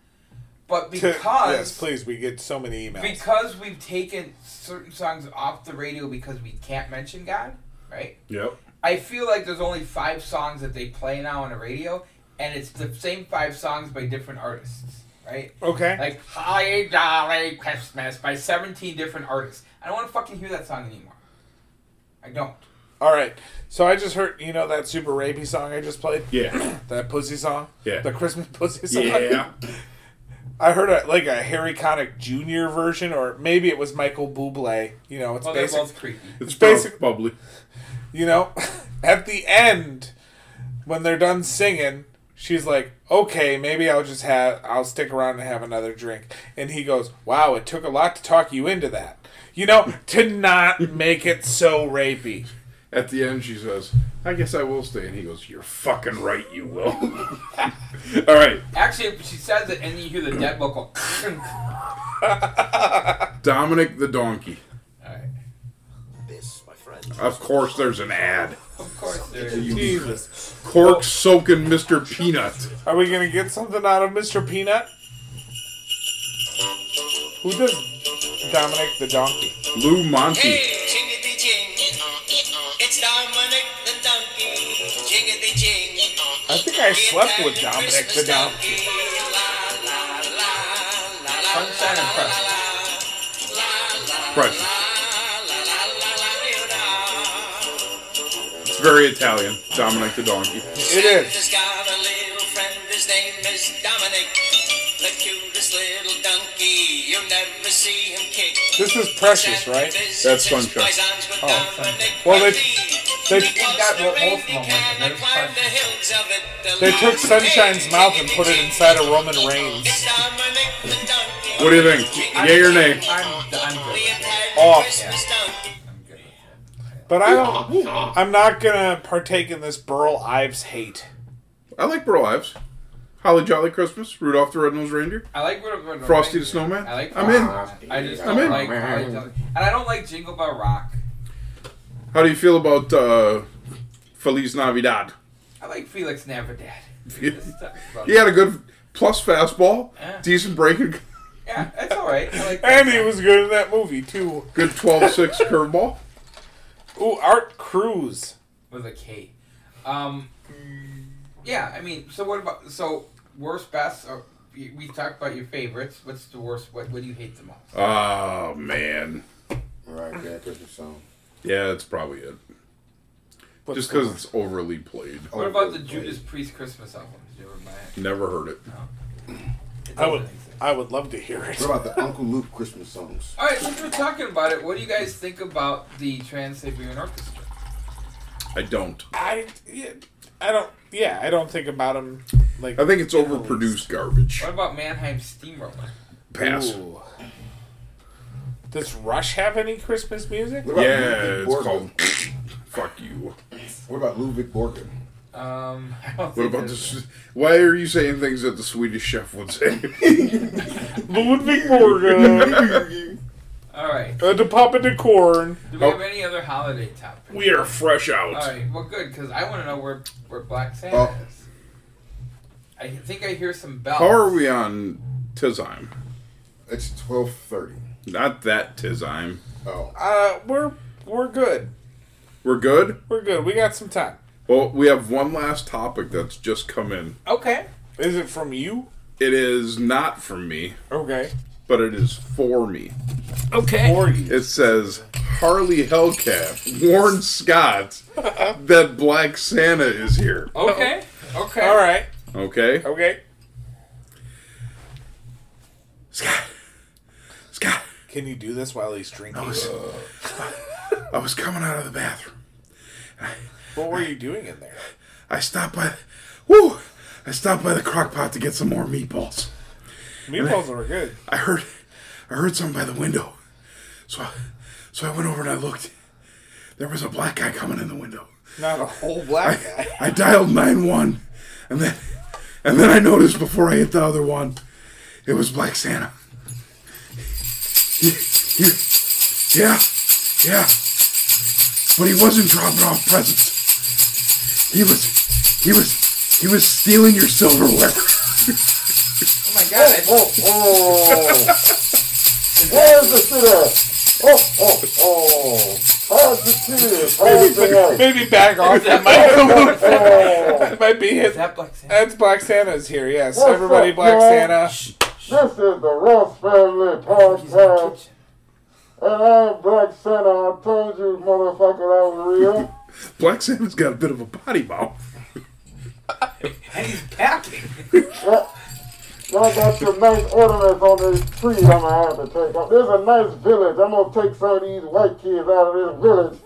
Speaker 1: But
Speaker 3: To-
Speaker 1: because
Speaker 3: yes, please. We get so many emails.
Speaker 1: because we've taken certain songs off the radio because we can't mention God, right?
Speaker 5: Yep.
Speaker 1: I feel like there's only five songs that they play now on the radio, and it's the same five songs by different artists, right?
Speaker 3: okay.
Speaker 1: Like Holly Dolly Christmas by 17 different artists. I don't want to fucking hear that song anymore. I don't.
Speaker 3: All right. So I just heard you know that super rapey song I just played.
Speaker 5: Yeah.
Speaker 3: That pussy song.
Speaker 5: Yeah.
Speaker 3: The Christmas pussy song.
Speaker 5: Yeah.
Speaker 3: I heard a, like a Harry Connick Jr. version, or maybe it was Michael Bublé. You know, it's
Speaker 1: Well, they're
Speaker 3: basic.
Speaker 1: both creepy.
Speaker 5: It's
Speaker 3: basic-
Speaker 5: basic bubbly.
Speaker 3: You know, at the end when they're done singing, she's like, "Okay, maybe I'll just have I'll stick around and have another drink." And he goes, "Wow, it took a lot to talk you into that." You know, to not make it so rapey.
Speaker 5: At the end, she says, "I guess I will stay," and he goes, "You're fucking right, you will." All right,
Speaker 1: Actually, she says it, and you hear the dead vocal.
Speaker 5: Dominic the donkey.
Speaker 7: This, my friend,
Speaker 5: Of course, there's an ad.
Speaker 1: of course, there is.
Speaker 3: Jesus.
Speaker 5: Cork soaking Mr. Peanut.
Speaker 3: Are we gonna get something out of Mr. Peanut? Who does Dominic the Donkey?
Speaker 5: Lou Monty.
Speaker 8: Jing of the jing, it's Dominic the donkey. Jing of the jing,
Speaker 3: I think I slept with Dominic the Donkey.
Speaker 1: Sunshine and press.
Speaker 5: Priceless. It's very Italian. Dominic the donkey.
Speaker 3: It is.
Speaker 8: Santa's got a little friend, his name is Dominic. The cutest little donkey, you'll never see him kick.
Speaker 3: This is precious, right?
Speaker 5: That's Sunshine.
Speaker 8: Oh,
Speaker 3: Well, they- they-
Speaker 1: got what Wolfman was, and there's Sunshine.
Speaker 8: They
Speaker 3: They took Sunshine's mouth and put it inside a Roman Reigns.
Speaker 8: It's Dominic the donkey.
Speaker 5: What do you think? Yay or nay?
Speaker 1: I'm, I'm good.
Speaker 3: Off.
Speaker 8: Off. Christmas donkey.
Speaker 1: I'm good.
Speaker 3: But I
Speaker 5: Oh,
Speaker 3: don't. I'm not gonna partake in this Burl Ives hate.
Speaker 5: I like Burl Ives. Holly Jolly Christmas. Rudolph the Red-Nosed Reindeer.
Speaker 1: I like what, what
Speaker 5: Frosty the Snowman.
Speaker 1: I like
Speaker 5: I'm in.
Speaker 1: Frosty. I just
Speaker 5: I'm
Speaker 1: don't
Speaker 5: in.
Speaker 1: like I don't- and I don't like Jingle Bell Rock.
Speaker 5: How do you feel about uh, Feliz Navidad?
Speaker 1: I like Felix Navidad.
Speaker 5: He had a good plus fastball,
Speaker 1: Yeah.
Speaker 5: decent breaking,
Speaker 1: Yeah, that's all right. I like that.
Speaker 3: And he was good in that movie too.
Speaker 5: good 12-6 curveball.
Speaker 3: Ooh, Art Cruz.
Speaker 1: with a K. Um, yeah, I mean, so what about so worst, best? Or, we we talked about your favorites. What's the worst? What what do you hate the most?
Speaker 5: Oh, man.
Speaker 9: Mariah Carey Christmas song.
Speaker 5: Yeah, that's probably it.
Speaker 3: What's
Speaker 5: Just
Speaker 3: the-
Speaker 5: because it's overly played.
Speaker 1: What about the Judas Priest Christmas album? Did you ever buy it?
Speaker 5: Never heard it.
Speaker 1: It
Speaker 3: I
Speaker 1: doesn't
Speaker 3: would.
Speaker 1: exist.
Speaker 3: I would love to hear it.
Speaker 9: What about the Uncle Luke Christmas songs?
Speaker 1: All right, since we're talking about it, what do you guys think about the Trans Siberian Orchestra?
Speaker 5: I don't.
Speaker 3: I. I don't. Yeah, I don't think about him like.
Speaker 5: I think it's overproduced garbage.
Speaker 1: What about Mannheim Steamroller?
Speaker 5: Pass.
Speaker 3: Ooh. Does Rush have any Christmas music?
Speaker 9: What about
Speaker 5: Yeah,
Speaker 9: Ludwig
Speaker 5: it's
Speaker 9: Borga?
Speaker 5: called. Fuck you.
Speaker 9: What about Ludwig Borga?
Speaker 1: Um, I don't
Speaker 5: What
Speaker 1: think
Speaker 5: about
Speaker 1: there's-
Speaker 5: this? Why are you saying things that the Swedish chef would say?
Speaker 3: Ludwig Borga,
Speaker 1: All right.
Speaker 3: uh, the Papa de Corn.
Speaker 1: Do
Speaker 5: Oh.
Speaker 1: we have any other holiday topics?
Speaker 5: we are fresh out.
Speaker 1: All right. Well, good because I want to know where where Black Santa
Speaker 9: Oh.
Speaker 1: is. I think I hear some bells.
Speaker 5: How are we on Tizime?
Speaker 9: It's twelve thirty.
Speaker 5: Not that Tizime.
Speaker 9: Oh,
Speaker 3: Uh, we're we're good.
Speaker 5: We're good.
Speaker 3: We're good. We got some time.
Speaker 5: Well, we have one last topic that's just come in.
Speaker 1: Okay.
Speaker 3: Is it from you?
Speaker 5: It is not from me,
Speaker 3: Okay.
Speaker 5: but it is for me.
Speaker 1: Okay.
Speaker 3: Or you?
Speaker 5: It says Harley Hellcat warns Scott that Black Santa is here.
Speaker 1: Okay. Okay.
Speaker 3: All right.
Speaker 5: Okay.
Speaker 3: Okay.
Speaker 5: Scott. Scott.
Speaker 3: Can you do this while he's
Speaker 5: Oh,
Speaker 3: drinking?
Speaker 5: I was coming out of the bathroom.
Speaker 3: What were you doing in there?
Speaker 5: I stopped by. Woo! I stopped by the crock pot to get some more meatballs.
Speaker 3: Meatballs were good.
Speaker 5: I heard, I heard something by the window, so I, so I went over and I looked. There was a black guy coming in the window.
Speaker 3: Not a whole black guy.
Speaker 5: I dialed nine one, and then, and then I noticed before I hit the other one, it was Black Santa. He- he- yeah, yeah. But he wasn't dropping off presents. He was, he was, he was stealing your silverware.
Speaker 1: Oh my God. I-
Speaker 9: oh, oh! Where's the shooter? Oh, oh, oh! How's the shooter? How's the
Speaker 3: Maybe back off. That might, that might be
Speaker 1: Is
Speaker 3: his.
Speaker 1: that Black Santa?
Speaker 5: Uh,
Speaker 3: That's Black Santa's here. Yes. Everybody, Black Santa.
Speaker 2: This is the Ross Family
Speaker 1: He's in the
Speaker 2: Podcast,
Speaker 1: kitchen.
Speaker 2: and I'm Black Santa. I told you, motherfucker, I was real.
Speaker 5: Black Santa's got a bit of a potty mouth.
Speaker 1: And he's packing.
Speaker 2: Y'all got some nice ornaments on this tree I'm gonna have to take off. There's a nice village. I'm gonna take some of these white kids out of this village.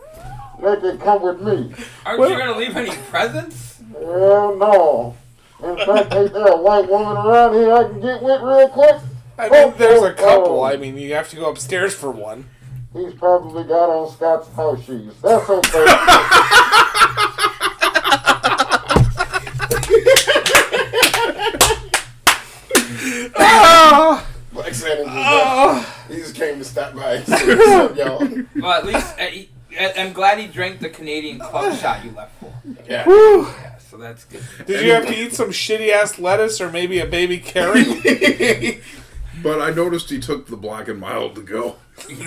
Speaker 2: They can come with me.
Speaker 1: Aren't you gonna leave any presents?
Speaker 2: Hell no.
Speaker 10: In fact, ain't there a white woman around here I can get with real quick?
Speaker 3: I mean, there's a couple.
Speaker 10: oh.
Speaker 3: I mean, you have to go upstairs for one.
Speaker 10: He's probably got on Scott's house shoes. That's okay.
Speaker 2: Black Santa just left. He just came to stop by and say, what's up, y'all?
Speaker 1: Well, at least I, he- I- I'm glad he drank the Canadian club shot you left for.
Speaker 2: Yeah.
Speaker 1: Yeah, so that's good.
Speaker 3: Did you have to eat some shitty ass lettuce or maybe a baby carrot?
Speaker 8: But I noticed he took the black and mild to go.
Speaker 1: he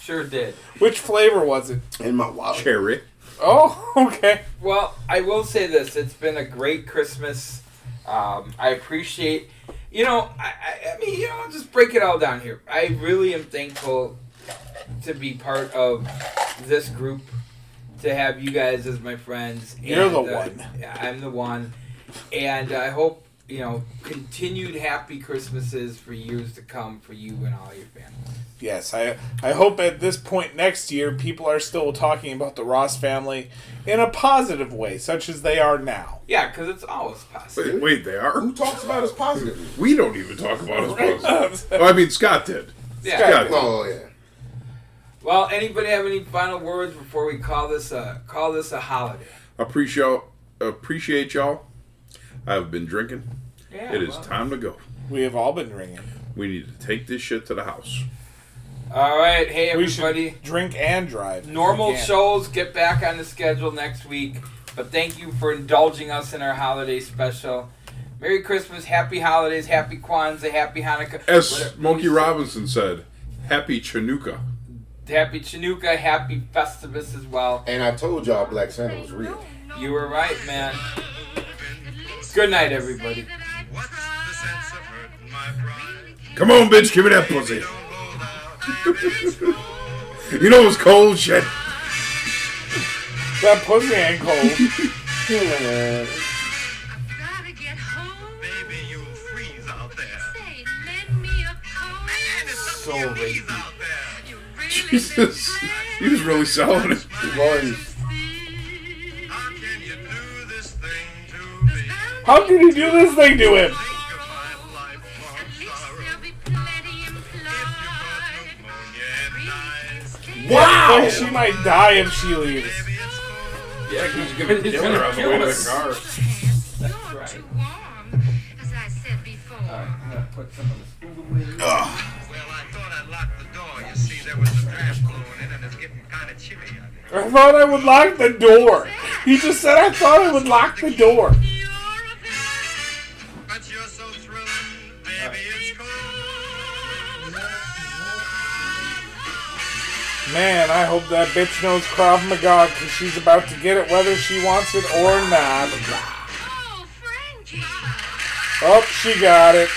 Speaker 1: sure did.
Speaker 3: Which flavor was it?
Speaker 2: In my wallet.
Speaker 8: Carrot.
Speaker 3: Oh, okay.
Speaker 1: Well, I will say this: it's been a great Christmas. Um, I appreciate, you know, I, I, I mean, you know, I'll just break it all down here. I really am thankful to be part of this group, to have you guys as my friends.
Speaker 3: You're
Speaker 1: and,
Speaker 3: the
Speaker 1: uh,
Speaker 3: one.
Speaker 1: yeah, I'm the one, and I hope you know continued happy Christmases for years to come for you and all your family.
Speaker 3: Yes, I I hope at this point next year people are still talking about the Ross family in a positive way, such as they are now.
Speaker 1: Yeah, because it's always possible.
Speaker 8: Wait, wait, they are.
Speaker 2: Who talks about us positively?
Speaker 8: We don't even talk about his puzzles. Oh, I mean, Scott did.
Speaker 1: Yeah.
Speaker 8: Scott did.
Speaker 2: Oh, yeah.
Speaker 1: Well, anybody have any final words before we call this a call this a holiday?
Speaker 8: Appreciate, appreciate y'all. I've been drinking.
Speaker 1: Yeah,
Speaker 8: It is
Speaker 1: well.
Speaker 8: time to go.
Speaker 3: We have all been ringing.
Speaker 8: We need to take this shit to the house.
Speaker 1: All right, hey
Speaker 3: We
Speaker 1: everybody.
Speaker 3: should drink and drive. if
Speaker 1: Normal
Speaker 3: we can.
Speaker 1: shows get back on the schedule next week, but thank you for indulging us in our holiday special. Merry Christmas, happy holidays, happy Kwanzaa, happy Hanukkah.
Speaker 8: As
Speaker 1: whatever
Speaker 8: Smokey
Speaker 1: you say.
Speaker 8: Robinson said, happy Chinooka.
Speaker 1: Happy Chinooka, happy Festivus as well.
Speaker 2: And I told y'all Black Santa was real.
Speaker 1: You were right, man. Good night, everybody.
Speaker 11: What's the sense of hurting my pride?
Speaker 8: Come on, bitch, give me that pussy.
Speaker 11: Don't hold out.
Speaker 8: You know it's cold shit.
Speaker 3: That pussy ain't cold.
Speaker 11: Gotta get home.
Speaker 12: Maybe you'll freeze out there.
Speaker 11: Say, lend me a
Speaker 12: And
Speaker 11: coat.
Speaker 12: it's up
Speaker 1: So
Speaker 12: to your
Speaker 1: rapey.
Speaker 12: knees out there.
Speaker 11: You really
Speaker 8: Jesus. He was really selling it.
Speaker 2: Lauren,
Speaker 12: How can you do this thing to me?
Speaker 3: How did you do this thing to him?
Speaker 12: Think of my life from sorrow.
Speaker 3: Wow! She might die if she leaves.
Speaker 8: Yeah, because you
Speaker 1: gonna kill her on the way to the
Speaker 8: car.
Speaker 12: Well, I thought I locked the door. You see, there was a draft blowing in, and it's getting kind of chilly out here.
Speaker 3: I thought I would lock the door. He just said I thought I would lock the door.
Speaker 12: But you're so thrilling, baby, it's cold.
Speaker 3: Man, I hope that bitch knows Krav Maga because she's about to get it whether she wants it or not. Oh, she got it.